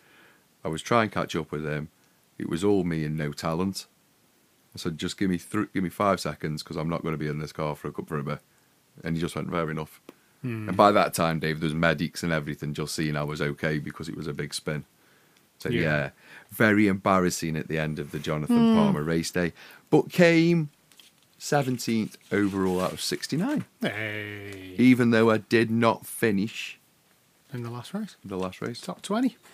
Speaker 3: I was trying to catch up with him. It was all me and no talent." I said, "Just give me thr give me five seconds because I'm not going to be in this car for a couple for a bit." And he just went, "Fair enough."
Speaker 2: Hmm.
Speaker 3: And by that time, Dave, there was medics and everything just seeing I was okay because it was a big spin. So
Speaker 2: Yeah. Hmm.
Speaker 3: yeah, very embarrassing at the end of the Jonathan Palmer race day, but came 17th overall out of 69
Speaker 2: Hey.
Speaker 3: even though I did not finish
Speaker 2: In the last race,
Speaker 3: the last race.
Speaker 2: top twenty. Oh,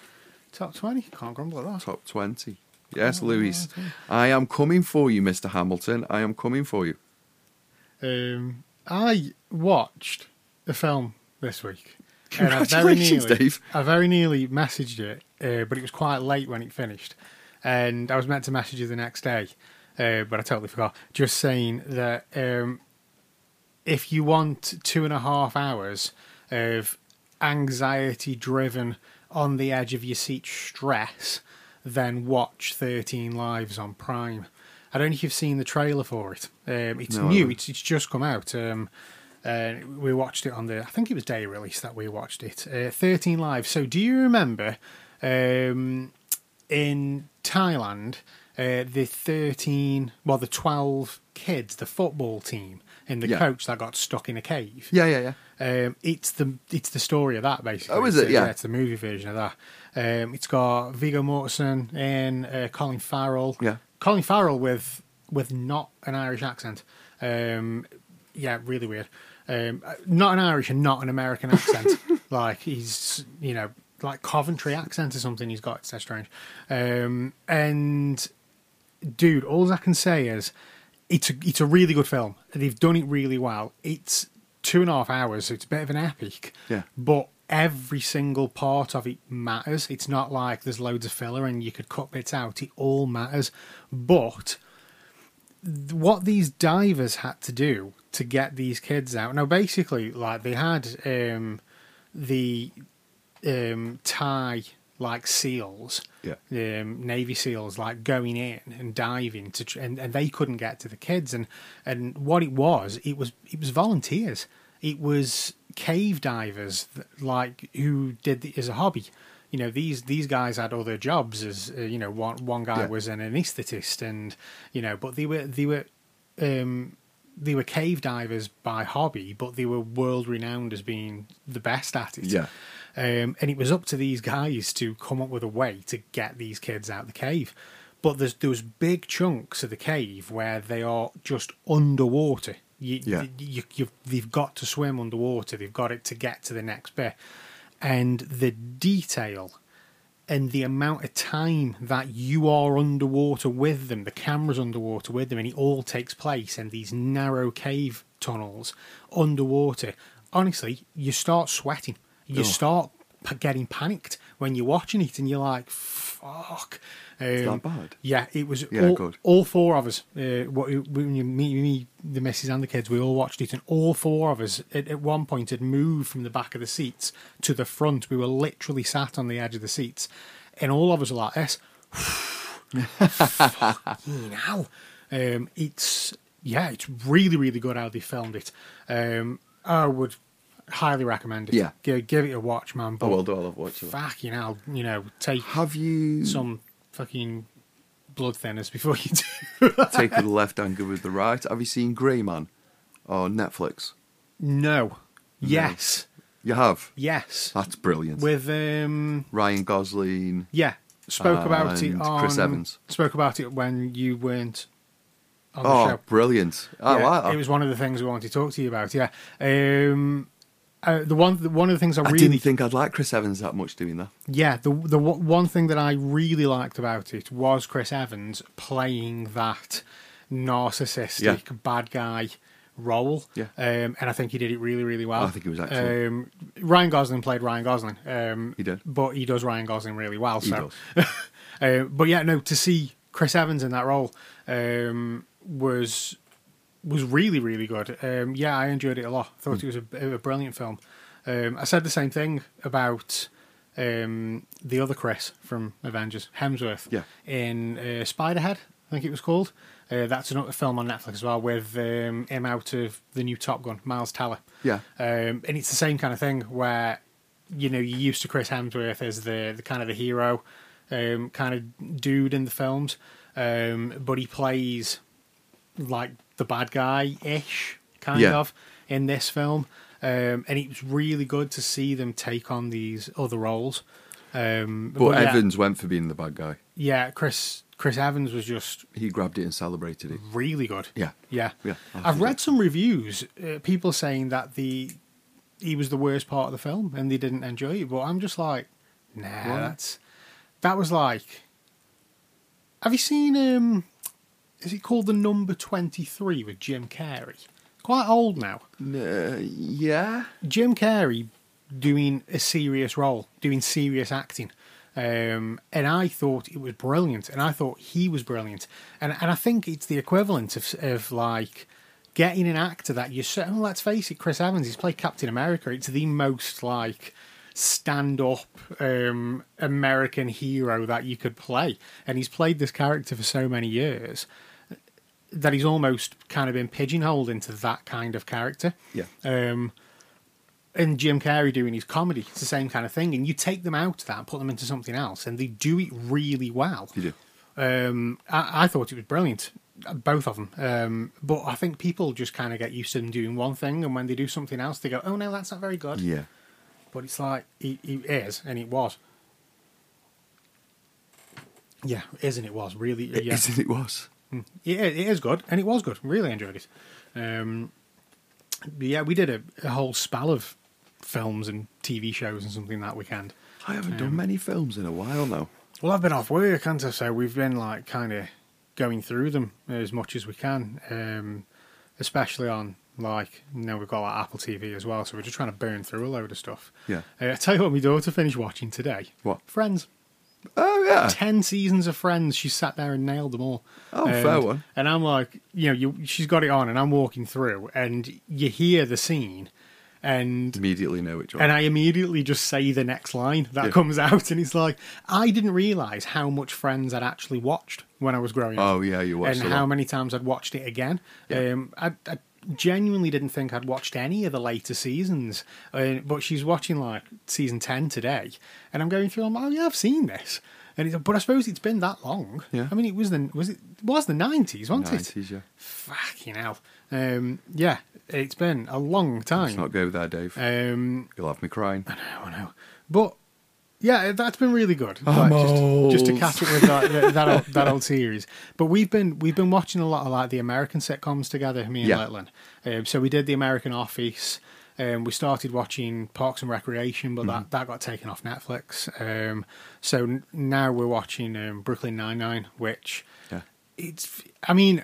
Speaker 2: Top twenty. Can't grumble at that.
Speaker 3: Top 20. Yes, Louise. I am coming for you, Mr. Hamilton. I am coming for you.
Speaker 2: Um, I watched the film this week. and I very
Speaker 3: Congratulations,
Speaker 2: nearly-
Speaker 3: Dave.
Speaker 2: I very nearly messaged it, uh, but it was quite late when it finished. And I was meant to message you the next day, uh, but I totally forgot. Just saying that um, if you want two and a half hours of anxiety driven, on the edge of your seat stress, then watch 13 Lives on Prime. I don't know if you've seen the trailer for it. Um, it's
Speaker 3: No, I
Speaker 2: new,
Speaker 3: haven't.
Speaker 2: it's, it's just come out. Um, uh, we watched it on the, I think it was day release that we watched it. Uh, 13 Lives. So do you remember um, in Thailand, uh, the 13, well, the 12 kids, the football team, and the
Speaker 3: Yeah.
Speaker 2: coach that got stuck in a cave?
Speaker 3: Yeah, yeah, yeah.
Speaker 2: Um, it's the it's the story of that basically.
Speaker 3: Oh, is
Speaker 2: It's,
Speaker 3: it?
Speaker 2: uh,
Speaker 3: Yeah.
Speaker 2: it's the movie version of that. Um, it's got Viggo Mortensen and uh, Colin Farrell.
Speaker 3: Yeah.
Speaker 2: Colin Farrell with with not an Irish accent. Um, yeah, really weird. Um, uh, not an Irish and not an
Speaker 3: (laughs)
Speaker 2: American accent. like he's you know like Coventry accent or something. He's got it's so strange. Um, and dude, all I can say is it's a, it's a really good film. They've done it really well. It's two and a half hours, so it's a bit of an epic.
Speaker 3: Yeah.
Speaker 2: But every single part of it matters. It's not like there's loads of filler and you could cut bits out. It all matters. But th- what these divers had to do to get these kids out. Now, basically, like they had um, the um, Thai like seals,
Speaker 3: Yeah.
Speaker 2: um, Navy seals, like going in and diving to, tr- and, and they couldn't get to the kids. And and what it was, it was it was volunteers. It was cave divers, th- like who did it as a hobby. You know, these these guys had other jobs. As uh, you know, one one guy
Speaker 3: Yeah.
Speaker 2: was an anaesthetist, and you know, but they were they were um, they were cave divers by hobby, but they were world renowned as being the best at it.
Speaker 3: Yeah.
Speaker 2: Um, and it was up to these guys to come up with a way to get these kids out of the cave. But there's those big chunks of the cave where they are just underwater. You,
Speaker 3: Yeah.
Speaker 2: you, you've, they've got to swim underwater. They've got it to get to the next bit. And the detail and the amount of time that you are underwater with them, the camera's underwater with them, and it all takes place in these narrow cave tunnels underwater. Honestly, you start sweating.
Speaker 3: Oh.
Speaker 2: You start p- getting panicked when you're watching it, and you're like, "Fuck." Um,
Speaker 3: that bad?
Speaker 2: Yeah, it was.
Speaker 3: Yeah,
Speaker 2: all,
Speaker 3: good.
Speaker 2: all four of us, uh, what, when you, me, me, the missus, and the kids, we all watched it, and all four of us at, at one point had moved from the back of the seats to the front. We were literally sat on the edge of the seats, and all of us were like this. Fucking hell. Um, it's, yeah, it's really, really good how they filmed it. Um, I would highly recommend it.
Speaker 3: Yeah.
Speaker 2: Give, give it a watch, man.
Speaker 3: I
Speaker 2: But
Speaker 3: will do. I love watching that.
Speaker 2: fucking hell, you know, take
Speaker 3: Have you
Speaker 2: some fucking blood thinners before you do.
Speaker 3: taken the left and go with the right? Have you seen Grey Man on Netflix?
Speaker 2: No. Uh, Yes.
Speaker 3: You have.
Speaker 2: Yes.
Speaker 3: That's brilliant.
Speaker 2: With um
Speaker 3: Ryan Gosling.
Speaker 2: yeah. Spoke about it
Speaker 3: And
Speaker 2: on
Speaker 3: Chris Evans.
Speaker 2: Spoke about it when you weren't on the
Speaker 3: Oh,
Speaker 2: show.
Speaker 3: brilliant! I
Speaker 2: Yeah,
Speaker 3: like that.
Speaker 2: It was one of the things we wanted to talk to you about, yeah. Um uh, the one, the, one of the things I
Speaker 3: I
Speaker 2: really
Speaker 3: didn't think I'd like Chris Evans that much doing that.
Speaker 2: Yeah, the the wo- one thing that I really liked about it was Chris Evans playing that narcissistic
Speaker 3: Yeah.
Speaker 2: bad guy role.
Speaker 3: Yeah. Oh,
Speaker 2: Um, and I think he did it really, really well.
Speaker 3: I think he was excellent.
Speaker 2: Um, Ryan Gosling played Ryan Gosling. Um,
Speaker 3: He did.
Speaker 2: But he does Ryan Gosling really well.
Speaker 3: He
Speaker 2: so. (laughs) uh, but yeah, no, to see Chris Evans in that role um, was was really really good. Um, yeah, I enjoyed it a lot. Thought
Speaker 3: Hmm.
Speaker 2: it was a, a brilliant film. Um, I said the same thing about um, the other Chris from Avengers, Hemsworth,
Speaker 3: Yeah.
Speaker 2: in uh, Spiderhead. I think it was called. Uh, that's another film on Netflix as well with um, him out of the new Top Gun, Miles Teller.
Speaker 3: Yeah.
Speaker 2: Um, and it's the same kind of thing where, you know, you're used to Chris Hemsworth as the, the kind of the hero um, kind of dude in the films, um, but he plays like the bad guy ish kind
Speaker 3: Yeah.
Speaker 2: of in this film. Um, and it was really good to see them take on these other roles. Um,
Speaker 3: But
Speaker 2: yeah,
Speaker 3: Evans went for being the bad guy.
Speaker 2: yeah, Chris Chris Evans was just
Speaker 3: He grabbed it and celebrated it.
Speaker 2: really good.
Speaker 3: Yeah.
Speaker 2: yeah.
Speaker 3: Yeah, I
Speaker 2: I've
Speaker 3: think
Speaker 2: read some reviews, uh, people saying that the he was the worst part of the film and they didn't enjoy it. But I'm just like, nah,
Speaker 3: Why?
Speaker 2: that's that was like Have you seen? Um, is it called the Number Twenty Three with Jim Carrey? Quite old now.
Speaker 3: yeah.
Speaker 2: Jim Carrey doing a serious role, doing serious acting. Um, and I thought it was brilliant, and I thought he was brilliant, and and I think it's the equivalent of of like getting an actor that you so let's face it, Chris Evans, he's played Captain America. It's the most like stand up um, American hero that you could play, and he's played this character for so many years that he's almost kind of been pigeonholed into that kind of character
Speaker 3: Yeah.
Speaker 2: um, and Jim Carrey doing his comedy. It's the same kind of thing. And you take them out of that and put them into something else, and they do it really well.
Speaker 3: They do.
Speaker 2: Um, I, I thought it was brilliant, uh, both of them. Um, but I think people just kind of get used to them doing one thing, and when they do something else, they go, oh no, that's not very good.
Speaker 3: Yeah.
Speaker 2: But it's like, it, it is, and it was. Yeah, it is and it was. Really,
Speaker 3: It
Speaker 2: yeah.
Speaker 3: isn't, it was.
Speaker 2: Yeah, it is good, and it was good. Really enjoyed it. Um, but yeah, we did a, a whole spell of films and TV shows and something that weekend.
Speaker 3: I haven't done many films in a while now.
Speaker 2: Well, I've been off work, haven't I? So we've been like kind of going through them as much as we can, um, especially on like now we've got like Apple TV as well. So we're just trying to burn through a load of stuff.
Speaker 3: Yeah.
Speaker 2: Uh, I tell you what, my daughter finished watching today.
Speaker 3: What?
Speaker 2: Friends.
Speaker 3: Oh yeah.
Speaker 2: ten seasons of Friends. She sat there and nailed them all.
Speaker 3: Oh,
Speaker 2: and,
Speaker 3: fair one.
Speaker 2: And I'm like, you know, you, she's got it on, and I'm walking through, and you hear the scene, and
Speaker 3: Immediately know which one.
Speaker 2: and uh, I immediately just say the next line that
Speaker 3: Yeah.
Speaker 2: comes (laughs) out, and it's like I didn't realize how much Friends I'd actually watched when I was growing up.
Speaker 3: Oh, yeah, you watched
Speaker 2: and
Speaker 3: a
Speaker 2: how
Speaker 3: lot.
Speaker 2: many times I'd watched it again. Um, I, I genuinely didn't think I'd watched any of the later seasons, uh, but she's watching like season ten today, and I'm going through. I'm like, oh yeah, I've seen this, and it's, but I suppose it's been that long.
Speaker 3: Yeah.
Speaker 2: I mean, it was the was it was the nineties, wasn't it?
Speaker 3: 90s, yeah.
Speaker 2: Fucking hell. Um, yeah, it's been a long time.
Speaker 3: Let's not go there, Dave.
Speaker 2: um,
Speaker 3: You'll have me crying.
Speaker 2: Oh, I don't know. But yeah, that's been really good.
Speaker 3: I'm
Speaker 2: just, just to
Speaker 3: old.
Speaker 2: catch up with that that, that, old, that old series. But we've been we've been watching a lot of like the American sitcoms together, me and
Speaker 3: Yeah.
Speaker 2: Letland. Um, so we did the American Office. Um, we started watching Parks and Recreation, but
Speaker 3: Mm-hmm.
Speaker 2: that, that got taken off Netflix. Um, so n- now we're watching um, Brooklyn Nine Nine, which
Speaker 3: Yeah.
Speaker 2: it's i mean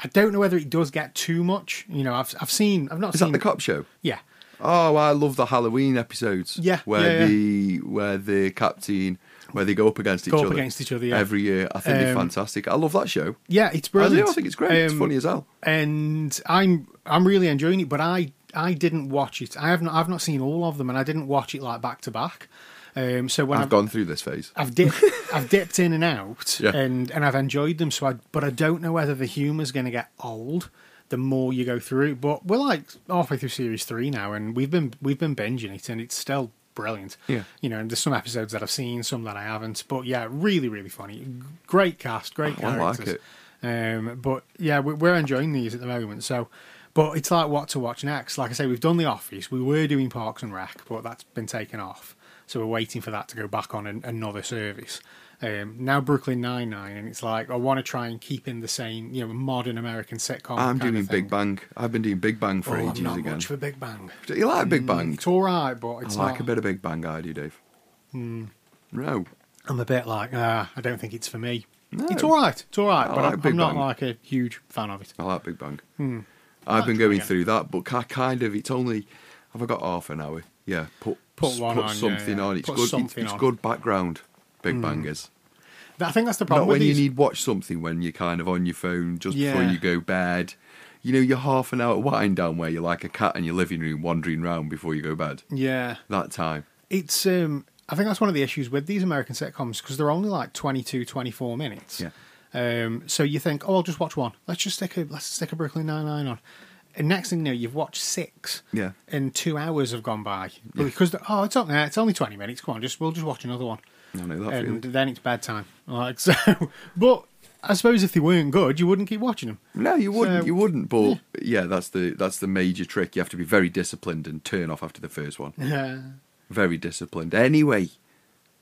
Speaker 2: i don't know whether it does get too much you know i've i've seen i've not
Speaker 3: Is
Speaker 2: seen
Speaker 3: that the cop show?
Speaker 2: yeah
Speaker 3: Oh, I love the Halloween episodes.
Speaker 2: Yeah,
Speaker 3: where
Speaker 2: yeah, yeah.
Speaker 3: the where the captain where they go up against each
Speaker 2: Go up
Speaker 3: other.
Speaker 2: against each other, yeah.
Speaker 3: Every year, I think they're
Speaker 2: Um,
Speaker 3: fantastic. I love that show.
Speaker 2: yeah it's
Speaker 3: I
Speaker 2: brilliant
Speaker 3: do. I think it's great. it's
Speaker 2: Um,
Speaker 3: funny as hell.
Speaker 2: and i'm i'm really enjoying it but i i didn't watch it i have not i've not seen all of them and i didn't watch it like back to back um so when
Speaker 3: I've gone through this phase. (laughs)
Speaker 2: I've dipped, I've dipped in and out,
Speaker 3: Yeah.
Speaker 2: and and I've enjoyed them. So, I, but I don't know whether the humour's going to get old the more you go through. it. But we're like halfway through series three now, and we've been we've been binging it, and it's still brilliant.
Speaker 3: Yeah.
Speaker 2: you know, and there's some episodes that I've seen, some that I haven't. But yeah, really, really funny. G- Great cast, great
Speaker 3: I like
Speaker 2: characters. Um, but yeah, we- we're enjoying these at the moment. So. But it's like what to watch next. Like I say, we've done The Office. We were doing Parks and Rec, but that's been taken off. So we're waiting for that to go back on an, another service. Um, now Brooklyn Nine Nine, and it's like I want to try and keep in the same, you know, modern American sitcom.
Speaker 3: I'm
Speaker 2: kind
Speaker 3: doing
Speaker 2: of thing.
Speaker 3: Big Bang. I've been doing Big Bang for
Speaker 2: Oh, I'm
Speaker 3: ages
Speaker 2: not
Speaker 3: again.
Speaker 2: much Mm. for Big Bang.
Speaker 3: Do you like Big Bang?
Speaker 2: It's all right, but it's
Speaker 3: I like
Speaker 2: not-
Speaker 3: a bit of Big Bang. I do, Dave.
Speaker 2: Hmm.
Speaker 3: No,
Speaker 2: I'm a bit like, ah, I don't think it's for me.
Speaker 3: No.
Speaker 2: It's all right. It's all right,
Speaker 3: I
Speaker 2: but
Speaker 3: like
Speaker 2: I'm,
Speaker 3: Big
Speaker 2: I'm not
Speaker 3: Bang.
Speaker 2: like a huge fan of it.
Speaker 3: I like Big Bang.
Speaker 2: Hmm.
Speaker 3: I've been going
Speaker 2: That's brilliant.
Speaker 3: through that, but ki- kind of it's only have I got half an hour? Yeah, put
Speaker 2: Put one on, yeah,
Speaker 3: something
Speaker 2: yeah.
Speaker 3: on. It's
Speaker 2: Put
Speaker 3: good. It's,
Speaker 2: something
Speaker 3: it's
Speaker 2: on.
Speaker 3: good background. Big Bang is.
Speaker 2: I think that's the problem
Speaker 3: Not when
Speaker 2: with
Speaker 3: you
Speaker 2: these-
Speaker 3: need watch something when you're kind of on your phone just before
Speaker 2: Yeah.
Speaker 3: you go bed. You know, you're half an hour wind down where you're like a cat in your living room wandering round before you go bed.
Speaker 2: Yeah,
Speaker 3: That time.
Speaker 2: it's um i think that's one of the issues with these american sitcoms because they're only like 22 24 minutes
Speaker 3: Yeah.
Speaker 2: um so you think oh i'll just watch one let's just stick a let's stick a brooklyn 99 on and next thing you know you've watched six
Speaker 3: Yeah.
Speaker 2: and two hours have gone by But because they're, oh it's up there it's only 20 minutes come on just we'll just watch another one
Speaker 3: I know that
Speaker 2: and
Speaker 3: feeling.
Speaker 2: then it's bedtime like (laughs) so but i suppose if they weren't good you wouldn't keep watching them
Speaker 3: No, you wouldn't.
Speaker 2: So-
Speaker 3: you wouldn't. But yeah. that's the that's the major trick. You have to be very disciplined and turn (laughs) off after the first one.
Speaker 2: yeah
Speaker 3: Very disciplined. Anyway,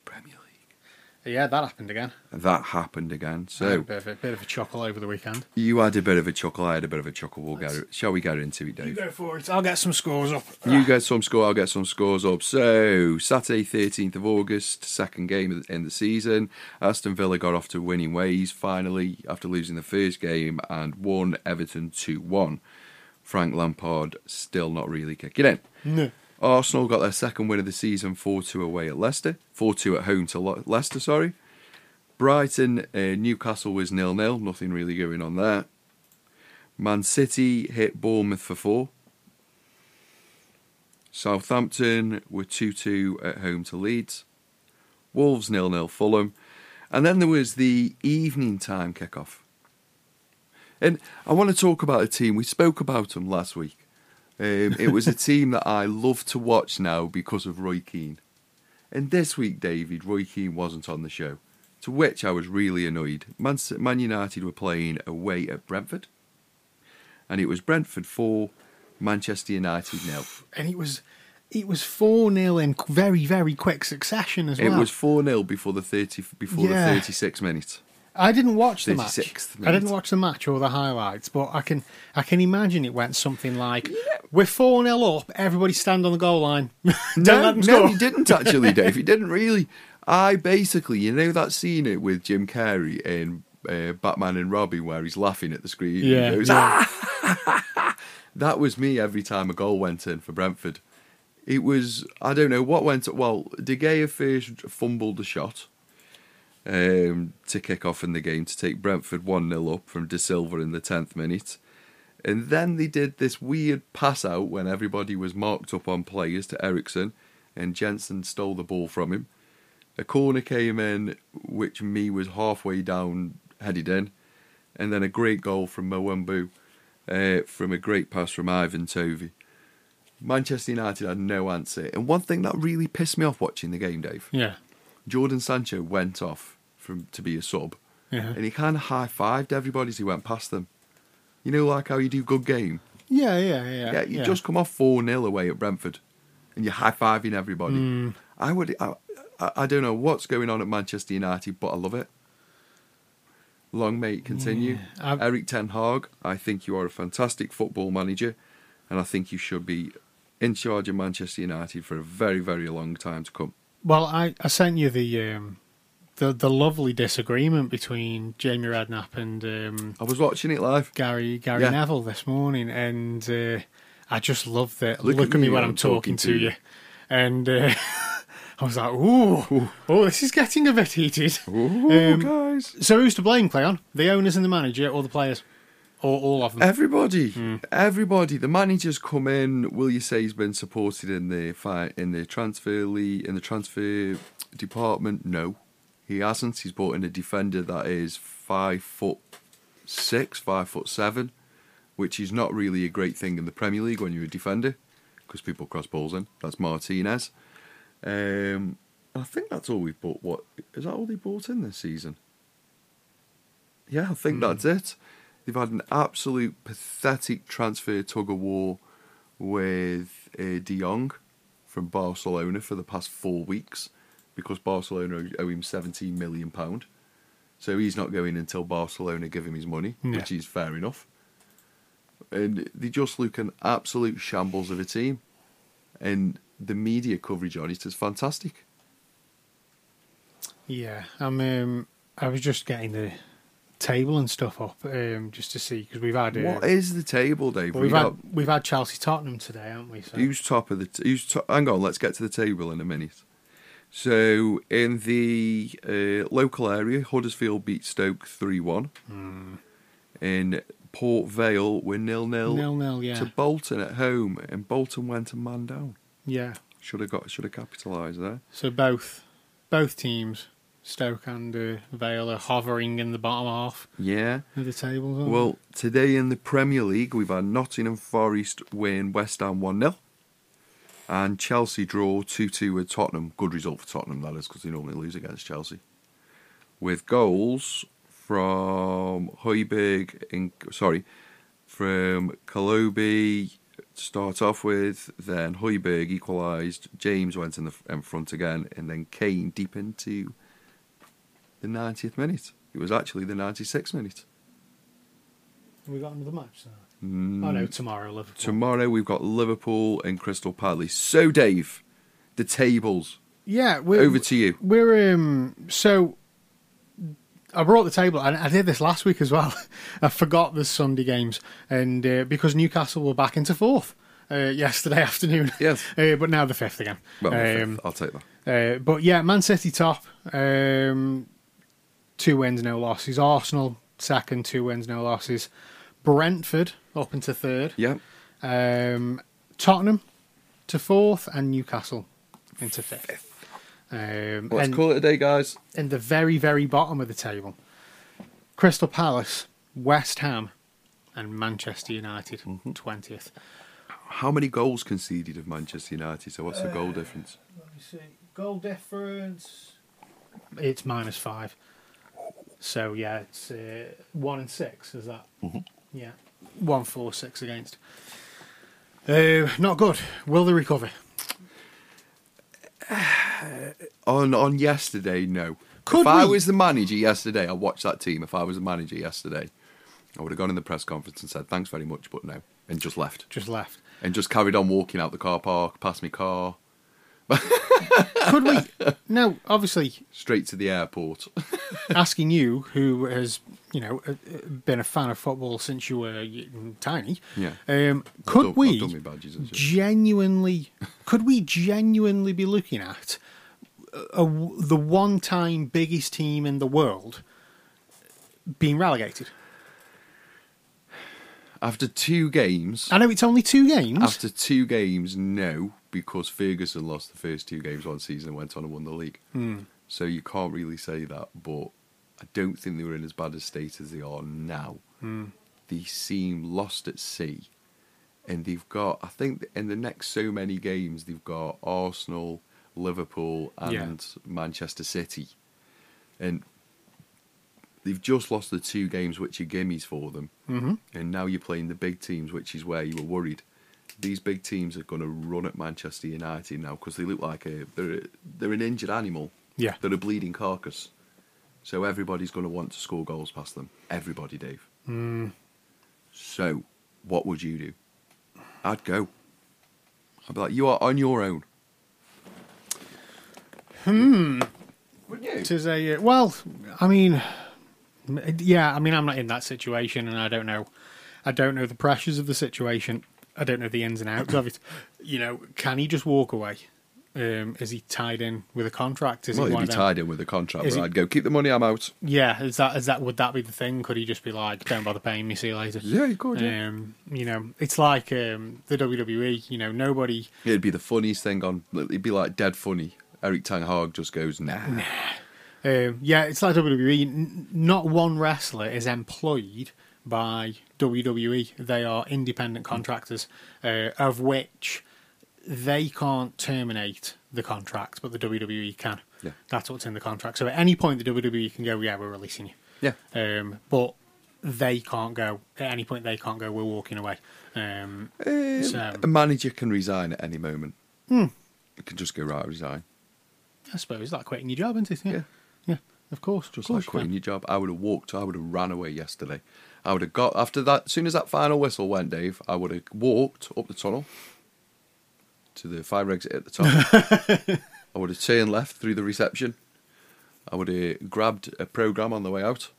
Speaker 3: Premier League.
Speaker 2: Yeah, that happened again.
Speaker 3: That happened again.
Speaker 2: Had a
Speaker 3: So
Speaker 2: bit of a, bit of a chuckle over the weekend.
Speaker 3: you had a bit of a chuckle. I had a bit of a chuckle. We'll get. Shall we get into it, Dave?
Speaker 2: go for it. I'll get some scores up.
Speaker 3: You get some score, I'll get some scores up. So, Saturday, 13th of August, second game of the- in the season. Aston Villa got off to winning ways finally after losing the first game and won Everton 2 1. Frank Lampard still not really kicking in.
Speaker 2: No.
Speaker 3: Arsenal got their second win of the season 4 2 away at Leicester, 4 2 at home to Lo- Leicester, sorry. Brighton, uh, Newcastle was nil nil, nothing really going on there. Man City hit Bournemouth for four. Southampton were 2 2 at home to Leeds. Wolves nil nil Fulham. And then there was the evening time kickoff. And I want to talk about a team. We spoke about them last week. Um, it was a team that I love to watch now because of Roy Keane. And this week, David, Roy Keane wasn't on the show, to which I was really annoyed. Man, Man United were playing away at Brentford, and it was Brentford 4, Manchester United nil.
Speaker 2: And it was it was 4 0 in very, very quick succession as
Speaker 3: It
Speaker 2: well.
Speaker 3: was 4 0 before the 30 before
Speaker 2: Yeah.
Speaker 3: the 36 minutes.
Speaker 2: I didn't watch the match.
Speaker 3: 36th
Speaker 2: I didn't
Speaker 3: minute.
Speaker 2: watch the match or the highlights, but I can I can imagine it went something like We're 4 0 up, everybody stand on the goal line. (laughs) Don't
Speaker 3: No,
Speaker 2: let them
Speaker 3: no,
Speaker 2: score.
Speaker 3: he didn't
Speaker 2: (laughs)
Speaker 3: actually, Dave. He didn't really. I basically, you know that scene it with Jim Carrey in uh, Batman and Robin where he's laughing at the screen. and he
Speaker 2: Yeah,
Speaker 3: goes,
Speaker 2: yeah.
Speaker 3: "Ah!" (laughs) that was me every time a goal went in for Brentford. It was I don't know what went. Well, De Gea first fumbled a shot um, to kick off in the game to take Brentford one 0 up from De Silva in the tenth minute. And then they did this weird pass out when everybody was marked up on players to Ericsson, and Jensen stole the ball from him. A corner came in, which me was halfway down, headed in, and then a great goal from Mwembu uh, from a great pass from Ivan Tovey. Manchester United had no answer. And one thing that really pissed me off watching the game, Dave,
Speaker 2: Yeah.
Speaker 3: Jordan Sancho went off from to be a sub,
Speaker 2: Yeah.
Speaker 3: and he kind of high fived everybody as he went past them. You know, like how you do good game.
Speaker 2: Yeah, yeah, yeah.
Speaker 3: Yeah, you just come off 4 0 away at Brentford and you're high fiving everybody.
Speaker 2: Hmm.
Speaker 3: I would. I, I- I don't know what's going on at Manchester United, but I love it. Long may it continue.
Speaker 2: Yeah, I-
Speaker 3: Eric Ten Hag, I think you are a fantastic football manager and I think you should be in charge of Manchester United for a very, very long time to come.
Speaker 2: Well, I, I sent you the um, the the lovely disagreement between Jamie Redknapp and um,
Speaker 3: I was watching it live.
Speaker 2: Gary Gary
Speaker 3: Yeah.
Speaker 2: Neville this morning, and uh, I just love that. Look, at me when I'm talking, to you, and uh, (laughs) I was like, "Ooh, oh, this is getting a bit heated."
Speaker 3: Ooh,
Speaker 2: Um,
Speaker 3: guys.
Speaker 2: So who's to blame, Cleon? The owners and the manager, or the players, or all of them?
Speaker 3: Everybody, everybody. The managers come in. Will you say he's been supported in the fi- in the transfer league in the transfer department? No, he hasn't. He's brought in a defender that is five foot six, five foot seven, which is not really a great thing in the Premier League when you're a defender because people cross balls in. That's Martinez. Um, I think that's all we've bought. What is that? All they bought in this season? Yeah, I think that's it. They've had an absolute pathetic transfer tug of war with uh, De Jong from Barcelona for the past four weeks because Barcelona owe him seventeen million pound. So he's not going until Barcelona give him his money,
Speaker 2: Yeah.
Speaker 3: which is fair enough. And they just look an absolute shambles of a team and the media coverage on it is fantastic.
Speaker 2: Yeah, I'm. Um, I was just getting the table and stuff up um, just to see because we've had. Uh,
Speaker 3: What is the table, Dave?
Speaker 2: Well,
Speaker 3: We
Speaker 2: we've had
Speaker 3: got-
Speaker 2: we've had Chelsea Tottenham today, haven't we? So.
Speaker 3: who's top of the? T- who's top, hang on, let's get to the table in a minute. So in the uh, local area, Huddersfield beat Stoke three one. Hmm. In Port Vale, we're nil nil
Speaker 2: Nil-nil, yeah.
Speaker 3: to Bolton at home, and Bolton went a man down.
Speaker 2: yeah.
Speaker 3: Should have got, should have capitalised there.
Speaker 2: So both both teams, Stoke and uh, Vale, are hovering in the bottom half
Speaker 3: Yeah.
Speaker 2: of the table. aren't
Speaker 3: Well, today in the Premier League, we've had Nottingham Forest win West Ham 1 0. And Chelsea draw 2 2 with Tottenham. Good result for Tottenham, that is, because they normally lose against Chelsea. With goals from Hoiberg, in, sorry, from Kalobi to start off with, then Hoiberg equalised, James went in, the, in front again, and then Kane deep into the 90th minute. It was actually the 96th minute.
Speaker 2: Have we got another match? Now?
Speaker 3: mm,
Speaker 2: Oh no, tomorrow Liverpool.
Speaker 3: Tomorrow we've got Liverpool and Crystal Palace. So, Dave, the tables.
Speaker 2: yeah, we're,
Speaker 3: Over to you.
Speaker 2: We're um. So I brought the table, and I did this last week as well. (laughs) I forgot the Sunday games, and uh, because Newcastle were back into fourth uh, yesterday (laughs) afternoon.
Speaker 3: Yes.
Speaker 2: uh, but now the fifth again.
Speaker 3: Well,
Speaker 2: Um,
Speaker 3: I'll take that.
Speaker 2: Uh, but yeah, Man City top, um, two wins, no losses. Arsenal second, two wins, no losses. Brentford up into third.
Speaker 3: Yeah.
Speaker 2: Um, Tottenham to fourth, and Newcastle into fifth. Um,
Speaker 3: Let's
Speaker 2: and
Speaker 3: call it a day, guys.
Speaker 2: in the very, very bottom of the table, Crystal Palace, West Ham, and Manchester United 20th
Speaker 3: How many goals conceded of Manchester United? So, what's the
Speaker 2: Uh,
Speaker 3: goal difference?
Speaker 2: Let me see. Goal difference. It's minus five. So yeah, it's uh, one and six. Is that? Yeah, one four six against. Uh, not good. Will they recover?
Speaker 3: On on yesterday, no.
Speaker 2: Could
Speaker 3: if I
Speaker 2: we-
Speaker 3: was the manager yesterday, I watched that team. If I was the manager yesterday, I would have gone in the press conference and said, "Thanks very much, but no," and just left.
Speaker 2: Just left.
Speaker 3: and just carried on walking out the car park, past my car,
Speaker 2: Could we? no, obviously.
Speaker 3: straight to the airport. (laughs)
Speaker 2: Asking you, who has you know uh, uh, been a fan of football since you were y- tiny,
Speaker 3: Yeah.
Speaker 2: Um, could
Speaker 3: I've done-
Speaker 2: we?
Speaker 3: I've done my badges and shit.
Speaker 2: genuinely could we genuinely be looking at a, a- the one time biggest team in the world being relegated
Speaker 3: After two games,
Speaker 2: i know it's only two games
Speaker 3: after two games, no, because Ferguson lost the first two games one season and went on and won the league.
Speaker 2: Hmm.
Speaker 3: So you can't really say that, but I don't think they were in as bad a state as they are now.
Speaker 2: Hmm.
Speaker 3: They seem lost at sea, and they've got. I think in the next so many games, they've got Arsenal, Liverpool, and
Speaker 2: Yeah.
Speaker 3: Manchester City, and they've just lost the two games which are gimmies for them, mm-hmm. and now you're playing the big teams, which is where you were worried. These big teams are going to run at Manchester United now because they look like a they're they're an injured animal.
Speaker 2: Yeah.
Speaker 3: they're a bleeding carcass. So everybody's going to want to score goals past them. Everybody, Dave. Mm. So, what would you do? I'd go. I'd be like, you are on your own. Hmm. Would you?
Speaker 2: It is a uh, well i mean m- uh, yeah i mean i'm not in that situation and i don't know i don't know the pressures of the situation i don't know the ins and
Speaker 3: (coughs)
Speaker 2: outs of it you know can he just walk away um, is he tied in with a contract is
Speaker 3: Well,
Speaker 2: he
Speaker 3: he'd
Speaker 2: one
Speaker 3: be
Speaker 2: of them-
Speaker 3: tied in with the contract,
Speaker 2: Is
Speaker 3: but
Speaker 2: he-
Speaker 3: I'd go, keep the money, I'm out.
Speaker 2: Yeah, is that is that would that be the thing? Could he just be like, "Don't bother paying me, see you later"?
Speaker 3: Yeah, you could, yeah.
Speaker 2: Um, you know, it's like um, the WWE. You know, nobody.
Speaker 3: It'd be the funniest thing on, it'd be like dead funny. Eric Tang Hag just goes, nah.
Speaker 2: Um, yeah, it's like WWE. N- not one wrestler is employed by WWE. They are independent
Speaker 3: Hmm.
Speaker 2: contractors, uh, of which they can't terminate the contract, but the WWE can.
Speaker 3: Yeah.
Speaker 2: That's what's in the contract. So at any point, the WWE can go, "Yeah, we're releasing you."
Speaker 3: Yeah.
Speaker 2: Um, but they can't go at any point. They can't go. We're walking away. Um,
Speaker 3: Um,
Speaker 2: So- Hmm.
Speaker 3: a manager can resign at any moment. It can just go, right, resign.
Speaker 2: I suppose like quitting your job, isn't it? Yeah,
Speaker 3: Yeah.
Speaker 2: yeah, of course.
Speaker 3: Just
Speaker 2: of course
Speaker 3: like
Speaker 2: you
Speaker 3: quitting
Speaker 2: can.
Speaker 3: your job. I would have walked, I would have ran away yesterday. I would have got, after that, as soon as that final whistle went, Dave, I would have walked up the tunnel to the fire exit at the top.
Speaker 2: (laughs)
Speaker 3: I would have turned left through the reception. I would have grabbed a programme on the way out.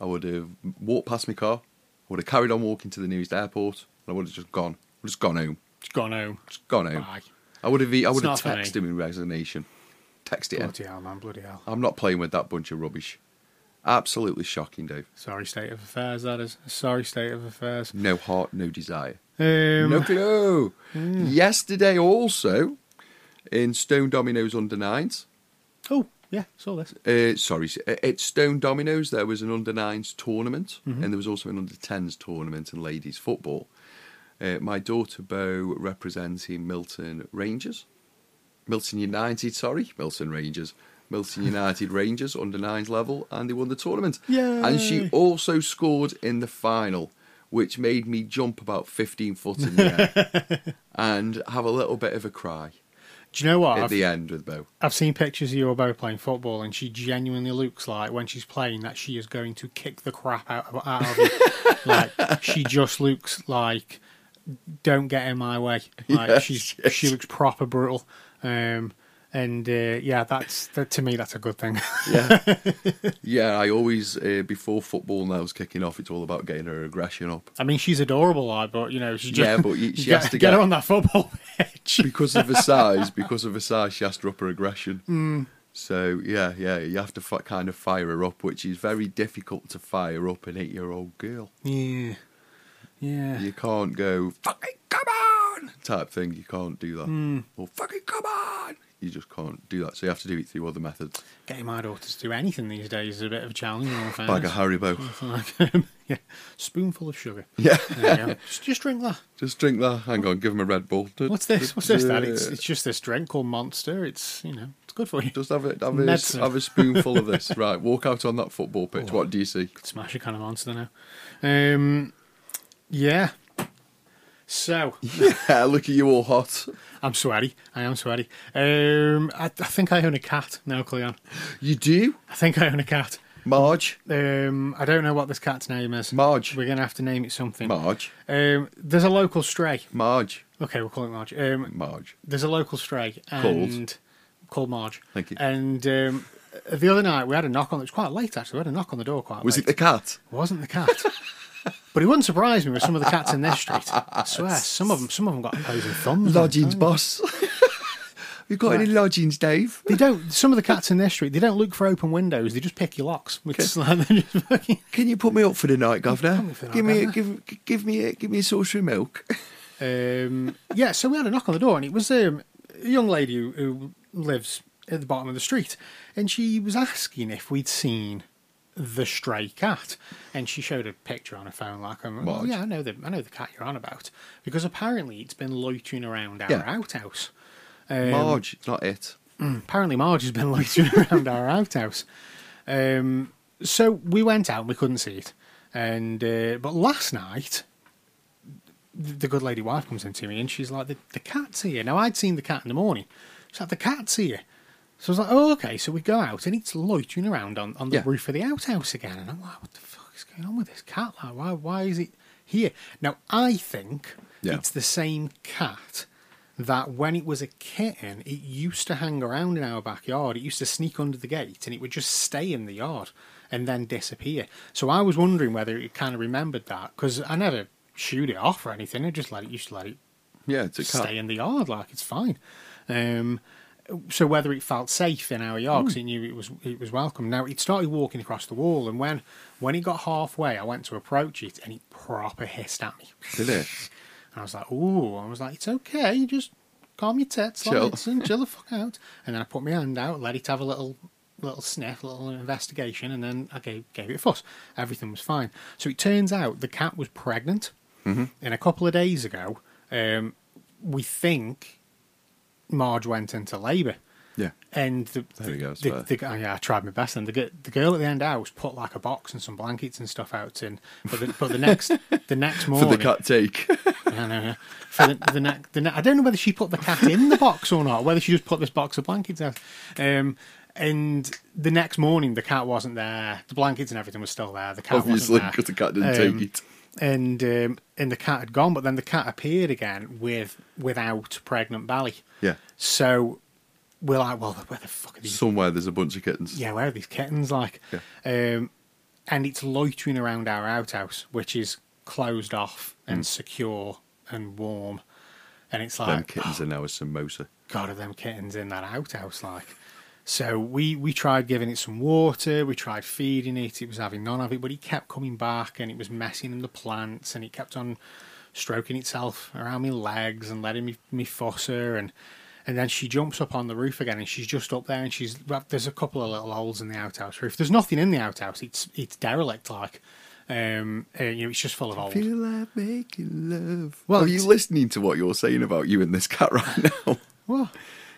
Speaker 3: I would have walked past my car. I would have carried on walking to the nearest airport. And I would have just gone. I would have just gone home.
Speaker 2: Just gone home.
Speaker 3: Just gone home.
Speaker 2: Bye.
Speaker 3: I would have. e- I
Speaker 2: It's
Speaker 3: would have
Speaker 2: not for me.
Speaker 3: texted him in resignation. Text it. In.
Speaker 2: Bloody hell, man! Bloody hell!
Speaker 3: I'm not playing with that bunch of rubbish. Absolutely shocking, Dave.
Speaker 2: Sorry state of affairs. That is a sorry state of affairs.
Speaker 3: No heart, no desire.
Speaker 2: Um,
Speaker 3: no clue. Yesterday, also in Stone Dominoes under nines.
Speaker 2: Oh yeah, saw this.
Speaker 3: Uh, sorry, s- uh, at Stone Dominoes, there was an under nines tournament,
Speaker 2: Mm-hmm.
Speaker 3: and there was also an under tens tournament in ladies football. Uh, my daughter Bo representing Milton Rangers, Milton United, sorry, Milton Rangers,
Speaker 2: (laughs)
Speaker 3: Milton United Rangers under nines level, and they won the tournament. And she
Speaker 2: Yay.
Speaker 3: also scored in the final, which made
Speaker 2: (laughs)
Speaker 3: me jump about 15 foot in the air and have a little bit of a cry.
Speaker 2: Do you know what?
Speaker 3: at
Speaker 2: I've,
Speaker 3: the end with Bo.
Speaker 2: I've seen pictures of you or Bo playing football, and she genuinely looks like when she's playing that she is going to kick the crap out of, out
Speaker 3: (laughs)
Speaker 2: of you. like she just looks like, don't get in
Speaker 3: (laughs)
Speaker 2: my way. Like
Speaker 3: Yeah,
Speaker 2: she's
Speaker 3: she is.
Speaker 2: she looks proper brutal. Um, and uh, yeah, that's that, to me that's a good thing. (laughs)
Speaker 3: (laughs) Yeah, yeah. I always uh, before football now's kicking off, it's all about getting her aggression up
Speaker 2: I mean, she's adorable, like, but you know, she just
Speaker 3: Yeah, but you- she
Speaker 2: (laughs) get,
Speaker 3: has to
Speaker 2: get her
Speaker 3: get-
Speaker 2: on that football (laughs) pitch.
Speaker 3: because (laughs) of her size. Because of her size, she has to up her aggression. So yeah, yeah. You have to fi- kind of fire her up, which is very difficult to fire up an eight-year-old girl.
Speaker 2: yeah, yeah.
Speaker 3: You can't go fucking come on type thing. You can't do that. Or fucking come on. You just can't do that. So you have to do it through other methods.
Speaker 2: Getting my daughter to do anything these days is a bit of a challenge. in all
Speaker 3: Bag of
Speaker 2: fairness.
Speaker 3: Haribo.
Speaker 2: Like, um, (laughs) yeah, spoonful of sugar.
Speaker 3: (laughs) Yeah.
Speaker 2: There you go. just, just drink that.
Speaker 3: Just drink that. Hang on, give him a Red Bull.
Speaker 2: What's this? What's this? Dad? It's, it's just this drink called Monster. It's you know, it's good for you.
Speaker 3: Just have a, have, a,
Speaker 2: Medicine.
Speaker 3: have a spoonful of
Speaker 2: (laughs)
Speaker 3: this. Right, walk out on that football pitch. What do you see? (laughs)
Speaker 2: Smash a kind of Monster now. Um, yeah. So
Speaker 3: Yeah, look at you all hot.
Speaker 2: I'm sweaty. I am sweaty. Um, I, I think I own a cat now, Cleon.
Speaker 3: You do?
Speaker 2: I think I own a cat.
Speaker 3: Marge?
Speaker 2: Um, I don't know what this cat's name is.
Speaker 3: Marge.
Speaker 2: We're gonna have to name it something.
Speaker 3: Marge?
Speaker 2: Um, there's a local stray.
Speaker 3: Marge?
Speaker 2: Okay, we'll call it Marge. Um,
Speaker 3: Marge.
Speaker 2: there's a local stray and called, Marge.
Speaker 3: Thank you.
Speaker 2: And um, the other night we had a knock on. It was quite late actually. We had a knock on the door quite
Speaker 3: Was
Speaker 2: late.
Speaker 3: it the cat?
Speaker 2: Wasn't the cat? (laughs) but it wouldn't surprise me with some of the cats in this street. I swear, some of them, some of them got opposing thumbs.
Speaker 3: Lodgings, boss. (laughs) you got any lodgings, Dave?
Speaker 2: They don't. Some of the cats in this street, they don't look for open windows. They just pick your locks. Which is like, they're just fucking.
Speaker 3: Can you put me up for the night, Governor?
Speaker 2: me for the
Speaker 3: give,
Speaker 2: night,
Speaker 3: me a, give, give me a, give me a saucer of milk.
Speaker 2: Um, yeah, so we had a knock on the door, and it was um, a young lady who, who lives at the bottom of the street, and she was asking if we'd seen the stray cat, and she showed a picture on her phone, like, um, "Oh
Speaker 3: Marge.
Speaker 2: yeah, I know the I know the cat you're on about," because apparently it's been loitering around our
Speaker 3: Yeah.
Speaker 2: outhouse. Um,
Speaker 3: Marge, it's not it.
Speaker 2: apparently Marge has been (laughs) loitering around our outhouse. Um, so we went out and we couldn't see it. And uh, but last night, th- the good lady wife comes in to me and she's like, "The, the cat's here." Now I'd seen the cat in the morning. She's like, "The cat's here." So I was like, "Oh, okay." So we go out and it's loitering around on, on the
Speaker 3: Yeah.
Speaker 2: roof of the outhouse again. And I'm like, "What the fuck is going on with this cat? Like, why why is it here?" Now I think
Speaker 3: Yeah.
Speaker 2: it's the same cat that when it was a kitten, it used to hang around in our backyard. It used to sneak under the gate and it would just stay in the yard and then disappear. So I was wondering whether it kind of remembered that because I never shooed it off or anything. I just let it used to let it
Speaker 3: Yeah, it's a cat.
Speaker 2: stay in the yard like it's fine. Um, so whether it felt safe in our yard
Speaker 3: Hmm.
Speaker 2: because it knew it was it was welcome. Now it started walking across the wall, and when when it got halfway, I went to approach it, and it proper hissed at me.
Speaker 3: Did it?
Speaker 2: And I was like, ooh. I was like, it's okay. You just calm your tits, chill.
Speaker 3: Chill.
Speaker 2: and chill the fuck out. And then I put my hand out, let it have a little little sniff, little investigation, and then I gave, gave it a fuss. Everything was fine. So it turns out the cat was pregnant.
Speaker 3: Mm-hmm.
Speaker 2: And a couple of days ago, um, we think Marge went into labour.
Speaker 3: Yeah.
Speaker 2: And the,
Speaker 3: There we go, it's
Speaker 2: the,
Speaker 3: fair.
Speaker 2: the, oh, yeah, I tried my best. And the, gi- the girl at the end of the house put like a box and some blankets and stuff out in. But the, but
Speaker 3: (laughs)
Speaker 2: the next the next
Speaker 3: For
Speaker 2: morning,
Speaker 3: the cat
Speaker 2: (laughs)
Speaker 3: take.
Speaker 2: no, no, no. For the, the, ne- the ne- I don't know whether she put the cat in the box or not, whether she just put this box of blankets out. Um, and the next morning, the cat wasn't there. The blankets and everything was still there. The cat
Speaker 3: Obviously,
Speaker 2: wasn't
Speaker 3: because
Speaker 2: there.
Speaker 3: the cat didn't
Speaker 2: Um,
Speaker 3: take it.
Speaker 2: And um, and the cat had gone, but then the cat appeared again with without pregnant Bally.
Speaker 3: Yeah.
Speaker 2: So we're like, well, where the fuck are these
Speaker 3: Somewhere there's a bunch of kittens.
Speaker 2: yeah, where are these kittens? Like, um, and it's loitering around our outhouse, which is closed off and secure and warm. And it's
Speaker 3: Mm. Them
Speaker 2: like,
Speaker 3: kittens are now a samosa.
Speaker 2: God, are them kittens in that outhouse like? So we we tried giving it some water, we tried feeding it, it was having none of it, but it kept coming back and it was messing in the plants and it kept on stroking itself around my legs and letting me me fuss her and and then she jumps up on the roof again and she's just up there and she's well, there's a couple of little holes in the outhouse roof. There's nothing in the outhouse. It's it's derelict like. Um, and, you know, it's just full of old.
Speaker 3: Feel like making love.
Speaker 2: Well,
Speaker 3: Well, are you
Speaker 2: it's-
Speaker 3: listening to what you're saying about you and this cat (laughs) right now?
Speaker 2: What?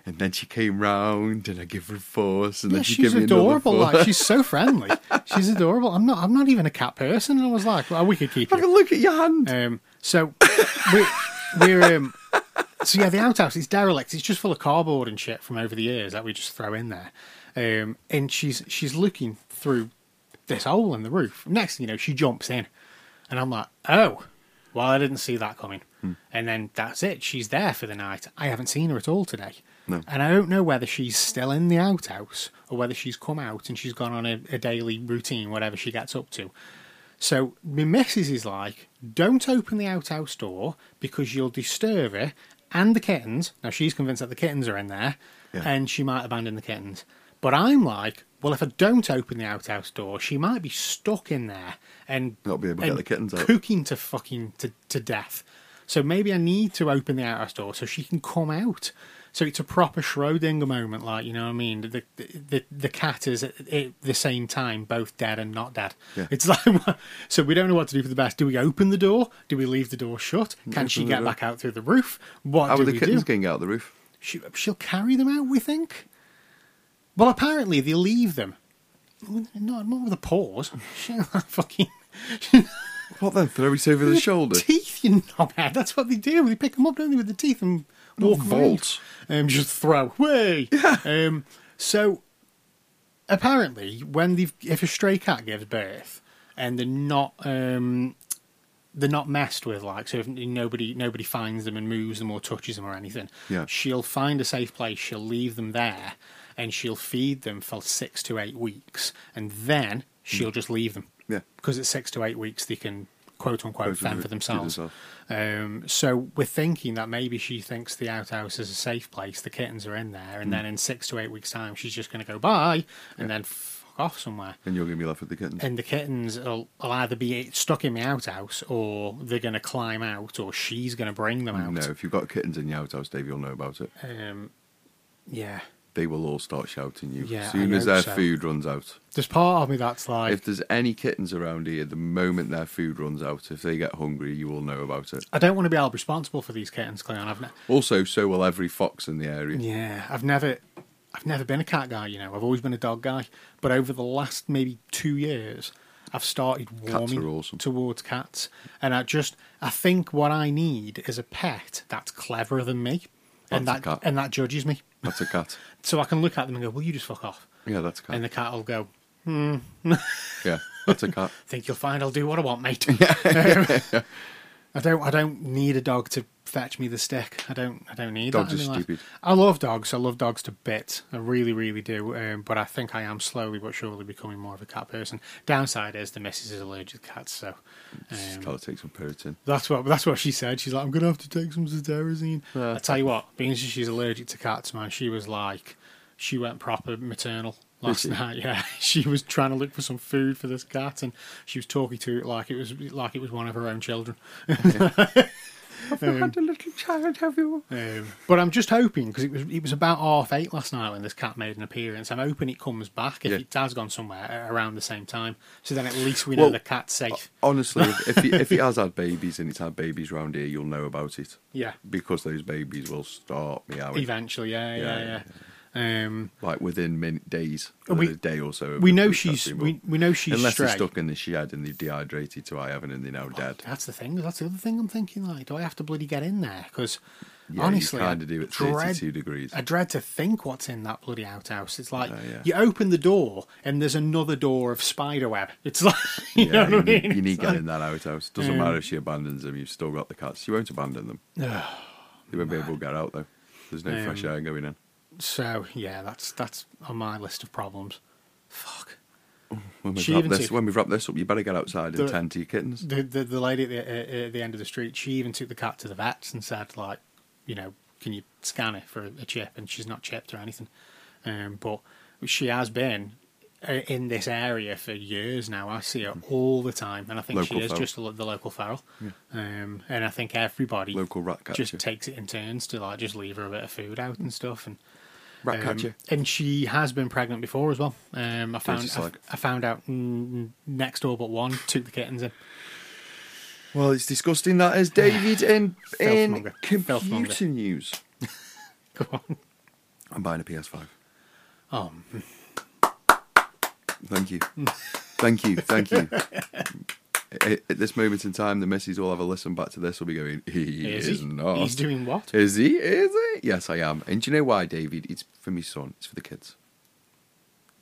Speaker 3: And then she came round, and I give her a force, and
Speaker 2: Yeah,
Speaker 3: then she
Speaker 2: she's
Speaker 3: gave me
Speaker 2: adorable.
Speaker 3: another force.
Speaker 2: Like she's
Speaker 3: (laughs)
Speaker 2: so friendly. she's adorable. I'm not. I'm not even a cat person. And I
Speaker 3: (laughs)
Speaker 2: was like, well, we could keep
Speaker 3: Have a
Speaker 2: it.
Speaker 3: look at your hand.
Speaker 2: Um, so we, Um, we're um, so yeah, the outhouse is derelict. It's just full of cardboard and shit from over the years that we just throw in there. Um, and she's she's looking through this hole in the roof. Next, thing you know, she jumps in, and I'm like, oh, well, I didn't see that coming. And then that's it. She's there for the night. I haven't seen her at all today.
Speaker 3: No.
Speaker 2: And I don't know whether she's still in the outhouse or whether she's come out and she's gone on a, a daily routine, whatever she gets up to. So my missus is like, don't open the outhouse door because you'll disturb her and the kittens. Now she's convinced that the kittens are in there
Speaker 3: Yeah.
Speaker 2: and she might abandon the kittens. But I'm like, well, if I don't open the outhouse door, she might be stuck in there and
Speaker 3: Not be able to get
Speaker 2: and
Speaker 3: the kittens out.
Speaker 2: Cooking to fucking to, to death. So maybe I need to open the outhouse door so she can come out. So it's a proper Schrodinger moment, like you know what I mean. The the the cat is at, at the same time both dead and not dead.
Speaker 3: Yeah.
Speaker 2: It's (laughs) like what- so we don't know what to do for the best. Do we open the door? Do we leave the door shut? Can she
Speaker 3: Open the
Speaker 2: get
Speaker 3: door.
Speaker 2: back out through the roof? What
Speaker 3: How
Speaker 2: do
Speaker 3: are the
Speaker 2: we
Speaker 3: kittens
Speaker 2: do?
Speaker 3: getting out of the roof?
Speaker 2: she, she'll carry them out, we think. Well, apparently they leave them. Not, not with a paws. (laughs) She'll fucking
Speaker 3: What then? Throws over the shoulder.
Speaker 2: teeth, you knobhead. That's what they do. They pick them up, don't they, with the teeth and walk them
Speaker 3: vault.
Speaker 2: around. Um, just throw. Way. Um, so apparently, when they've, if a stray cat gives birth and they're not um, they're not messed with, like so if nobody nobody finds them and moves them or touches them or anything,
Speaker 3: Yeah.
Speaker 2: she'll find a safe place. She'll leave them there, and she'll feed them for six to eight weeks, and then she'll just leave them.
Speaker 3: Hmm. Yeah.
Speaker 2: because it's six to eight weeks, they can quote unquote
Speaker 3: Both of them
Speaker 2: fend
Speaker 3: do
Speaker 2: for themselves.
Speaker 3: themselves.
Speaker 2: Um, so we're thinking that maybe she thinks the outhouse is a safe place, the kittens are in
Speaker 3: Hmm.
Speaker 2: there, and then in six to eight weeks' time, she's just going to go bye and then fuck off somewhere.
Speaker 3: And you're going to be left with the kittens.
Speaker 2: And the kittens will, will either be stuck in the outhouse or they're going to climb out or she's going to bring them out.
Speaker 3: no, if you've got kittens in your outhouse, Dave, you'll know about it.
Speaker 2: Um, yeah.
Speaker 3: They will all start shouting you
Speaker 2: Yeah,
Speaker 3: as soon
Speaker 2: I
Speaker 3: as
Speaker 2: hope
Speaker 3: their
Speaker 2: so.
Speaker 3: food runs out.
Speaker 2: There's part of me that's like,
Speaker 3: If there's any kittens around here, the moment their food runs out, if they get hungry, you will know about it.
Speaker 2: I don't want to be held responsible for these kittens, Cleon. I've ne-
Speaker 3: Also, so will every fox in the area.
Speaker 2: Yeah, I've never, I've never been a cat guy. You know, I've always been a dog guy. But over the last maybe two years, I've started
Speaker 3: are
Speaker 2: warming
Speaker 3: awesome.
Speaker 2: towards cats, and I just, I think what I need is a pet that's cleverer than me, and
Speaker 3: That's a
Speaker 2: that
Speaker 3: cat.
Speaker 2: and that judges me,
Speaker 3: That's a cat.
Speaker 2: so I can look at them and go, "Well, you just fuck off,"
Speaker 3: Yeah, that's a cat.
Speaker 2: and the cat will go,
Speaker 3: Yeah, that's a cat.
Speaker 2: (laughs) think you'll find I'll do what I
Speaker 3: (laughs)
Speaker 2: want, mate. (laughs) Um, I don't. I don't need a dog to fetch me the stick. I don't. I don't need
Speaker 3: Dogs
Speaker 2: that. in
Speaker 3: are
Speaker 2: my life.
Speaker 3: stupid.
Speaker 2: I love dogs. I love dogs to bits. I really, really do. Um, but I think I am slowly but surely becoming more of a cat person. Downside is the missus is allergic to cats, so
Speaker 3: Just
Speaker 2: um,
Speaker 3: gotta take some Puritan.
Speaker 2: that's what that's what she said. She's like, I'm gonna have to take some cetirizine. I tell you what, being as she's allergic to cats, man, she was like, she went proper maternal last
Speaker 3: she?
Speaker 2: night. Yeah, (laughs) she was trying to look for some food for this cat, and she was talking to it like it was like it was one of her own children.
Speaker 3: had a little child, have you?
Speaker 2: Um, but I'm just hoping because it was it was about half eight last night when this cat made an appearance. I'm hoping it comes back if
Speaker 3: Yeah.
Speaker 2: it has gone somewhere a- around the same time. So then at least we know
Speaker 3: Well, uh,
Speaker 2: the cat's safe.
Speaker 3: Honestly, if- if he, if
Speaker 2: (laughs)
Speaker 3: he has had babies and it's had babies round here, you'll know about it.
Speaker 2: Yeah.
Speaker 3: Because those babies will start meowing.
Speaker 2: Eventually, yeah, yeah,
Speaker 3: Yeah,
Speaker 2: yeah.
Speaker 3: yeah,
Speaker 2: Um,
Speaker 3: Like within min- days,
Speaker 2: And we-
Speaker 3: within a day or so. of
Speaker 2: we
Speaker 3: the
Speaker 2: know
Speaker 3: first
Speaker 2: she's
Speaker 3: vaccine,
Speaker 2: we,
Speaker 3: but-
Speaker 2: we know she's Oh,
Speaker 3: Unless
Speaker 2: stray.
Speaker 3: they're stuck in the shed and they're dehydrated to I haven't and they're now dead.
Speaker 2: That's the thing. That's the other thing I'm thinking. Like, do I have to bloody get in there? Because
Speaker 3: Yeah,
Speaker 2: honestly,
Speaker 3: you
Speaker 2: I
Speaker 3: kind of do at
Speaker 2: dread-
Speaker 3: 32 degrees.
Speaker 2: I dread to think what's in that bloody outhouse. It's like
Speaker 3: Yeah, yeah.
Speaker 2: you open the door and there's another door of spider web. It's (laughs) like (laughs) you
Speaker 3: Yeah,
Speaker 2: know what
Speaker 3: you
Speaker 2: I mean.
Speaker 3: need, you need
Speaker 2: It's like-
Speaker 3: getting that outhouse. Doesn't matter if she abandons them, you've still got the cats. You won't abandon them. they won't be able to get out though. There's no fresh air going in.
Speaker 2: (sighs) So yeah, that's that's on my list of problems. Fuck.
Speaker 3: When we've,
Speaker 2: she
Speaker 3: wrapped
Speaker 2: even
Speaker 3: this,
Speaker 2: took-
Speaker 3: when we've wrapped this up, you better get outside
Speaker 2: The-
Speaker 3: and tend to your kittens.
Speaker 2: The the, the lady at the, uh, at the end of the street, she even took the cat to the vets and said like, you know, can you scan it for a, a chip? And she's not chipped or anything. Um, but she has been uh, in this area for years now. I see her all the time, and I think
Speaker 3: Hmm. Local
Speaker 2: she is
Speaker 3: feral.
Speaker 2: just a, lo- the local feral. Um, and I think everybody
Speaker 3: Local rat catcher.
Speaker 2: just takes it in turns to like just leave her a bit of food out and stuff and.
Speaker 3: Rat
Speaker 2: Um,
Speaker 3: catcher.
Speaker 2: and she has been pregnant before as well. Um, I found
Speaker 3: just
Speaker 2: I,
Speaker 3: like-
Speaker 2: I found out mm, next door but one took the kittens in.
Speaker 3: Well, it's disgusting that is (sighs) David in in
Speaker 2: Filthmonger.
Speaker 3: computer (laughs)
Speaker 2: Filthmonger.
Speaker 3: news.
Speaker 2: Go on.
Speaker 3: I'm buying a PS5.
Speaker 2: Oh,
Speaker 3: Um. (laughs) Thank you. Thank you. Thank you. i- at this moment in time, the missus will have a listen back to this. Will be going, he is,
Speaker 2: Is he?
Speaker 3: not.
Speaker 2: He's doing what?
Speaker 3: Is he? Is he? Yes, I am. And do you know why, David? It's for my son. It's for the kids.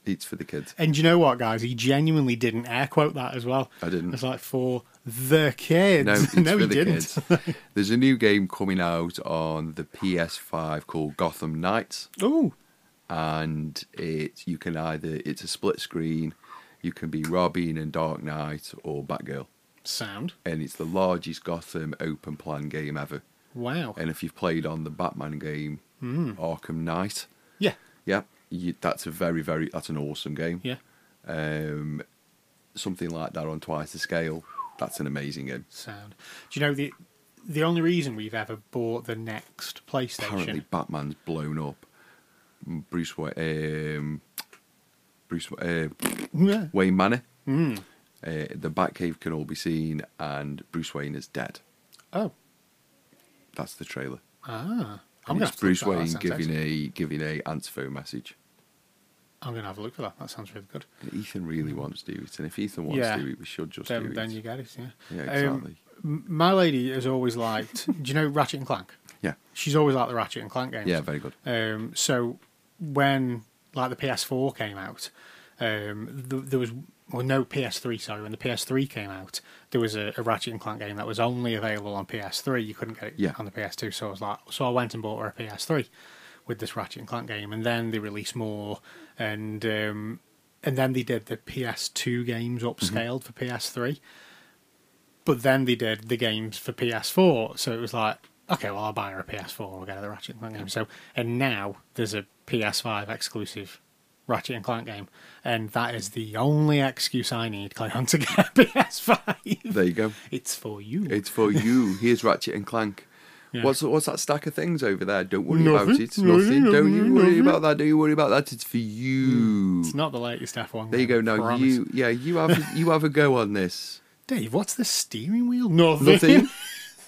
Speaker 3: It's for the kids.
Speaker 2: And you know what, guys? He genuinely didn't air quote that as well.
Speaker 3: I didn't.
Speaker 2: It's like for the
Speaker 3: (laughs)
Speaker 2: kids. (laughs)
Speaker 3: No, it's for
Speaker 2: he
Speaker 3: the
Speaker 2: didn't. (laughs)
Speaker 3: kids. There's a new game coming out on the PS5 called Gotham Knights.
Speaker 2: Ooh,
Speaker 3: and it you can either it's a split screen, you can be Robin and Dark Knight or Batgirl,
Speaker 2: sound.
Speaker 3: and it's the largest Gotham open plan game ever.
Speaker 2: Wow.
Speaker 3: And if you've played on the Batman game
Speaker 2: Hmm.
Speaker 3: Arkham Knight,
Speaker 2: Yeah,
Speaker 3: yeah, you, that's a very very that's an awesome game.
Speaker 2: yeah,
Speaker 3: Um, something like that on twice the scale, that's an amazing game.
Speaker 2: sound. Do you know the the only reason we've ever bought the next PlayStation?
Speaker 3: Apparently, Batman's blown up. Mm, Bruce Wayne, um, Bruce Wa- uh,
Speaker 2: (laughs) Yeah.
Speaker 3: Wayne Manor.
Speaker 2: Hmm.
Speaker 3: Uh, the Batcave can all be seen, and Bruce Wayne is dead.
Speaker 2: Oh,
Speaker 3: That's the trailer.
Speaker 2: ah. I'm
Speaker 3: And
Speaker 2: gonna
Speaker 3: it's
Speaker 2: have to
Speaker 3: Bruce
Speaker 2: look for that.
Speaker 3: Wayne
Speaker 2: That sounds
Speaker 3: giving a
Speaker 2: excellent.
Speaker 3: giving a answer message.
Speaker 2: I'm gonna have a look for that. That sounds really good.
Speaker 3: And Ethan really wants to do it, and if Ethan wants
Speaker 2: Hmm. Yeah.
Speaker 3: to do it, we should just do
Speaker 2: Then,
Speaker 3: it.
Speaker 2: then you get it. Yeah.
Speaker 3: Yeah,
Speaker 2: Um,
Speaker 3: exactly.
Speaker 2: m- my lady has always liked. (laughs) do you know Ratchet and Clank?
Speaker 3: yeah,
Speaker 2: She's always liked the Ratchet and Clank games.
Speaker 3: yeah, very good.
Speaker 2: Um, so when like the PS4 came out, um, th- there was well no PS3. Sorry, when the PS3 came out, there was a, a Ratchet and Clank game that was only available on PS3. You couldn't get it
Speaker 3: Yeah.
Speaker 2: on the PS2. So I was like, so I went and bought her a PS3 with this Ratchet and Clank game, and then they released more, and um, and then they did the PS2 games
Speaker 3: Mm-hmm.
Speaker 2: upscaled for PS3. But then they did the games for PS4, so it was like, okay, well, I'll buy her a PS4 and we'll get her the Ratchet and Clank game. So, and now there's a PS5 exclusive Ratchet and Clank game, and that is the only excuse I need, Cleon, to get a PS5.
Speaker 3: (laughs) There you go.
Speaker 2: It's for you.
Speaker 3: It's for you. Here's Ratchet and Clank.
Speaker 2: Yeah.
Speaker 3: What's what's that stack of things over there? Don't worry about
Speaker 2: Nothing,
Speaker 3: it. Nothing.
Speaker 2: nothing,
Speaker 3: Don't you
Speaker 2: nothing,
Speaker 3: worry
Speaker 2: nothing. Hmm.
Speaker 3: about that. Don't you worry about that. It's for you.
Speaker 2: It's not the latest F1.
Speaker 3: there you go.
Speaker 2: game,
Speaker 3: Now
Speaker 2: promise.
Speaker 3: you, yeah, you have you have a go on this.
Speaker 2: Dave, what's the steering wheel? Nothing.
Speaker 3: Nothing.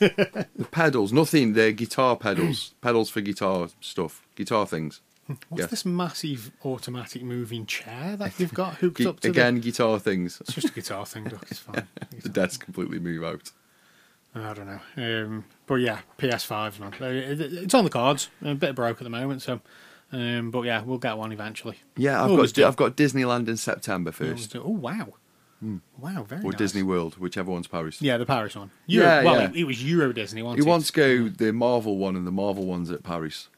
Speaker 3: the pedals, nothing. They're guitar (clears throat) pedals, pedals for guitar stuff, guitar things.
Speaker 2: (laughs) What's
Speaker 3: Yeah.
Speaker 2: this massive automatic moving chair that you've got hooked
Speaker 3: Gu-
Speaker 2: up to? the-
Speaker 3: again, guitar (laughs) things.
Speaker 2: It's just a guitar thing, Doc.
Speaker 3: (laughs)
Speaker 2: It's fine.
Speaker 3: The desk completely move out.
Speaker 2: I don't know. Um, but yeah, PS5, man. Uh, it- It's on the cards. A bit broke at the moment, so. Um, but yeah, we'll get one eventually.
Speaker 3: Yeah, I've
Speaker 2: Always
Speaker 3: got
Speaker 2: do.
Speaker 3: I've got Disneyland in September
Speaker 2: Always
Speaker 3: first,
Speaker 2: do. Oh wow, wow, very
Speaker 3: or
Speaker 2: nice.
Speaker 3: Hmm. Disney World, whichever one's Paris.
Speaker 2: Yeah, the Paris one. Euro,
Speaker 3: Yeah,
Speaker 2: well,
Speaker 3: yeah.
Speaker 2: It, it was Euro Disney. Wasn't
Speaker 3: He
Speaker 2: it?
Speaker 3: wants to go Hmm. the Marvel one and the Marvel one's at Paris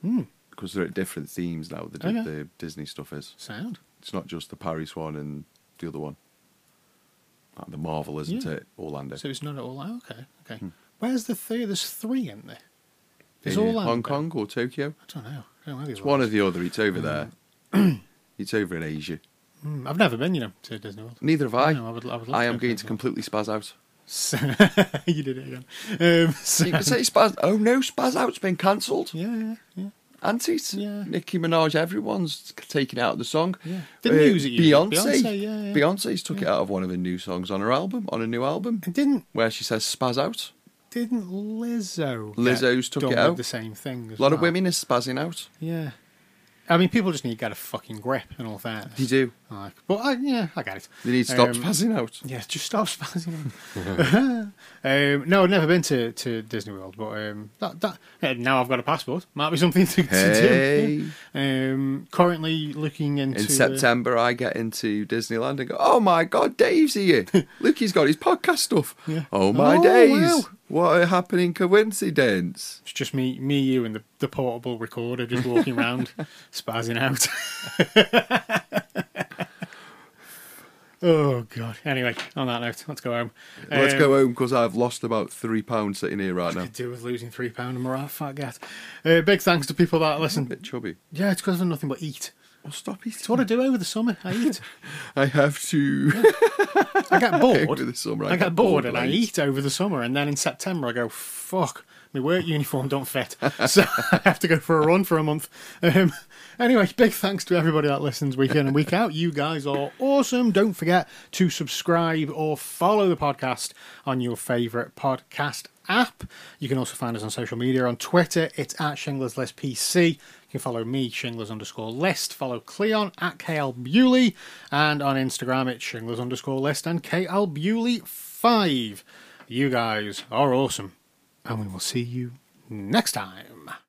Speaker 3: because they're at different themes now. The, Di-
Speaker 2: Okay.
Speaker 3: the Disney stuff is.
Speaker 2: sound.
Speaker 3: It's not just the Paris one and the other one. Like the Marvel, isn't
Speaker 2: Yeah.
Speaker 3: it? Orlando.
Speaker 2: So it's not at all. oh, okay, okay. Where's the three? There's three in there. There's
Speaker 3: Hmm. In
Speaker 2: Orlando.
Speaker 3: Hong Kong or Tokyo?
Speaker 2: I don't know. I don't know these
Speaker 3: It's one or
Speaker 2: ones.
Speaker 3: the other. It's over there. it's over in Asia.
Speaker 2: Mm, I've never been, you know, to Disney World. (laughs)
Speaker 3: Neither have I.
Speaker 2: No, I would- I would love to
Speaker 3: am
Speaker 2: go
Speaker 3: going
Speaker 2: to
Speaker 3: to completely spaz out.
Speaker 2: (laughs) So- you did it again. Um, (laughs) so-
Speaker 3: You can say spaz. Oh no, spaz out's been cancelled.
Speaker 2: yeah, yeah, yeah.
Speaker 3: Anti's.
Speaker 2: Yeah.
Speaker 3: Nicki Minaj. Everyone's taken it out of the song. Uh,
Speaker 2: Yeah. Didn't use it, you-
Speaker 3: Beyonce.
Speaker 2: Beyonce, yeah, yeah.
Speaker 3: Beyonce's took it out of one of her new songs on her album. On a new album,
Speaker 2: And didn't
Speaker 3: where she says spaz out.
Speaker 2: didn't Lizzo? get
Speaker 3: Lizzo's took
Speaker 2: done
Speaker 3: it
Speaker 2: with
Speaker 3: out.
Speaker 2: The same thing. As
Speaker 3: A lot of
Speaker 2: well?
Speaker 3: women is spazzing out.
Speaker 2: Yeah. I mean, people just need to get a fucking grip and all that.
Speaker 3: You do.
Speaker 2: Like, but I, yeah, I get it.
Speaker 3: They need to stop
Speaker 2: Um,
Speaker 3: spazzing out.
Speaker 2: Yeah, just stop spazzing. on. (laughs) um, no, I've never been to, to Disney World, but um, that, that eh, now I've got a passport. Might be something to, to
Speaker 3: Hey.
Speaker 2: do. Yeah. Um, currently looking into
Speaker 3: In
Speaker 2: uh,
Speaker 3: September, I get into Disneyland and go, oh my God, Dave's
Speaker 2: (laughs)
Speaker 3: here. Look, he's got his podcast stuff.
Speaker 2: Yeah.
Speaker 3: Oh my
Speaker 2: Oh,
Speaker 3: days.
Speaker 2: wow.
Speaker 3: What a happening coincidence.
Speaker 2: It's just me, me, you, and the, the portable recorder just walking (laughs) around, spazzing (laughs) out. oh god! Anyway, on that note, let's go home.
Speaker 3: Let's
Speaker 2: Um,
Speaker 3: go home because I've lost about three pounds sitting here right now.
Speaker 2: Could do with losing three pound and morale, fat gat. Uh, big thanks to people that listen.
Speaker 3: bit chubby.
Speaker 2: Yeah, it's because of nothing but eat.
Speaker 3: Oh, stop
Speaker 2: It's
Speaker 3: eating.
Speaker 2: what I do over the summer. I (laughs) eat.
Speaker 3: I have to. (laughs)
Speaker 2: I get
Speaker 3: Over
Speaker 2: bored.
Speaker 3: the summer,
Speaker 2: I, get bored and I
Speaker 3: right?
Speaker 2: eat over the summer, and then in September I go fuck. my work uniform don't fit, (laughs) so I have to go for a run for a month. Um, anyway, big thanks to everybody that listens week in and week out. You guys are awesome. Don't forget to subscribe or follow the podcast on your favourite podcast app. You can also find us on social media on Twitter. It's at Shinglers List PC. You can follow me, Shinglers underscore list. Follow Cleon at KL Bewley. And on Instagram, it's Shinglers underscore list and KL Bewley 5. You guys are awesome. And we will see you next time.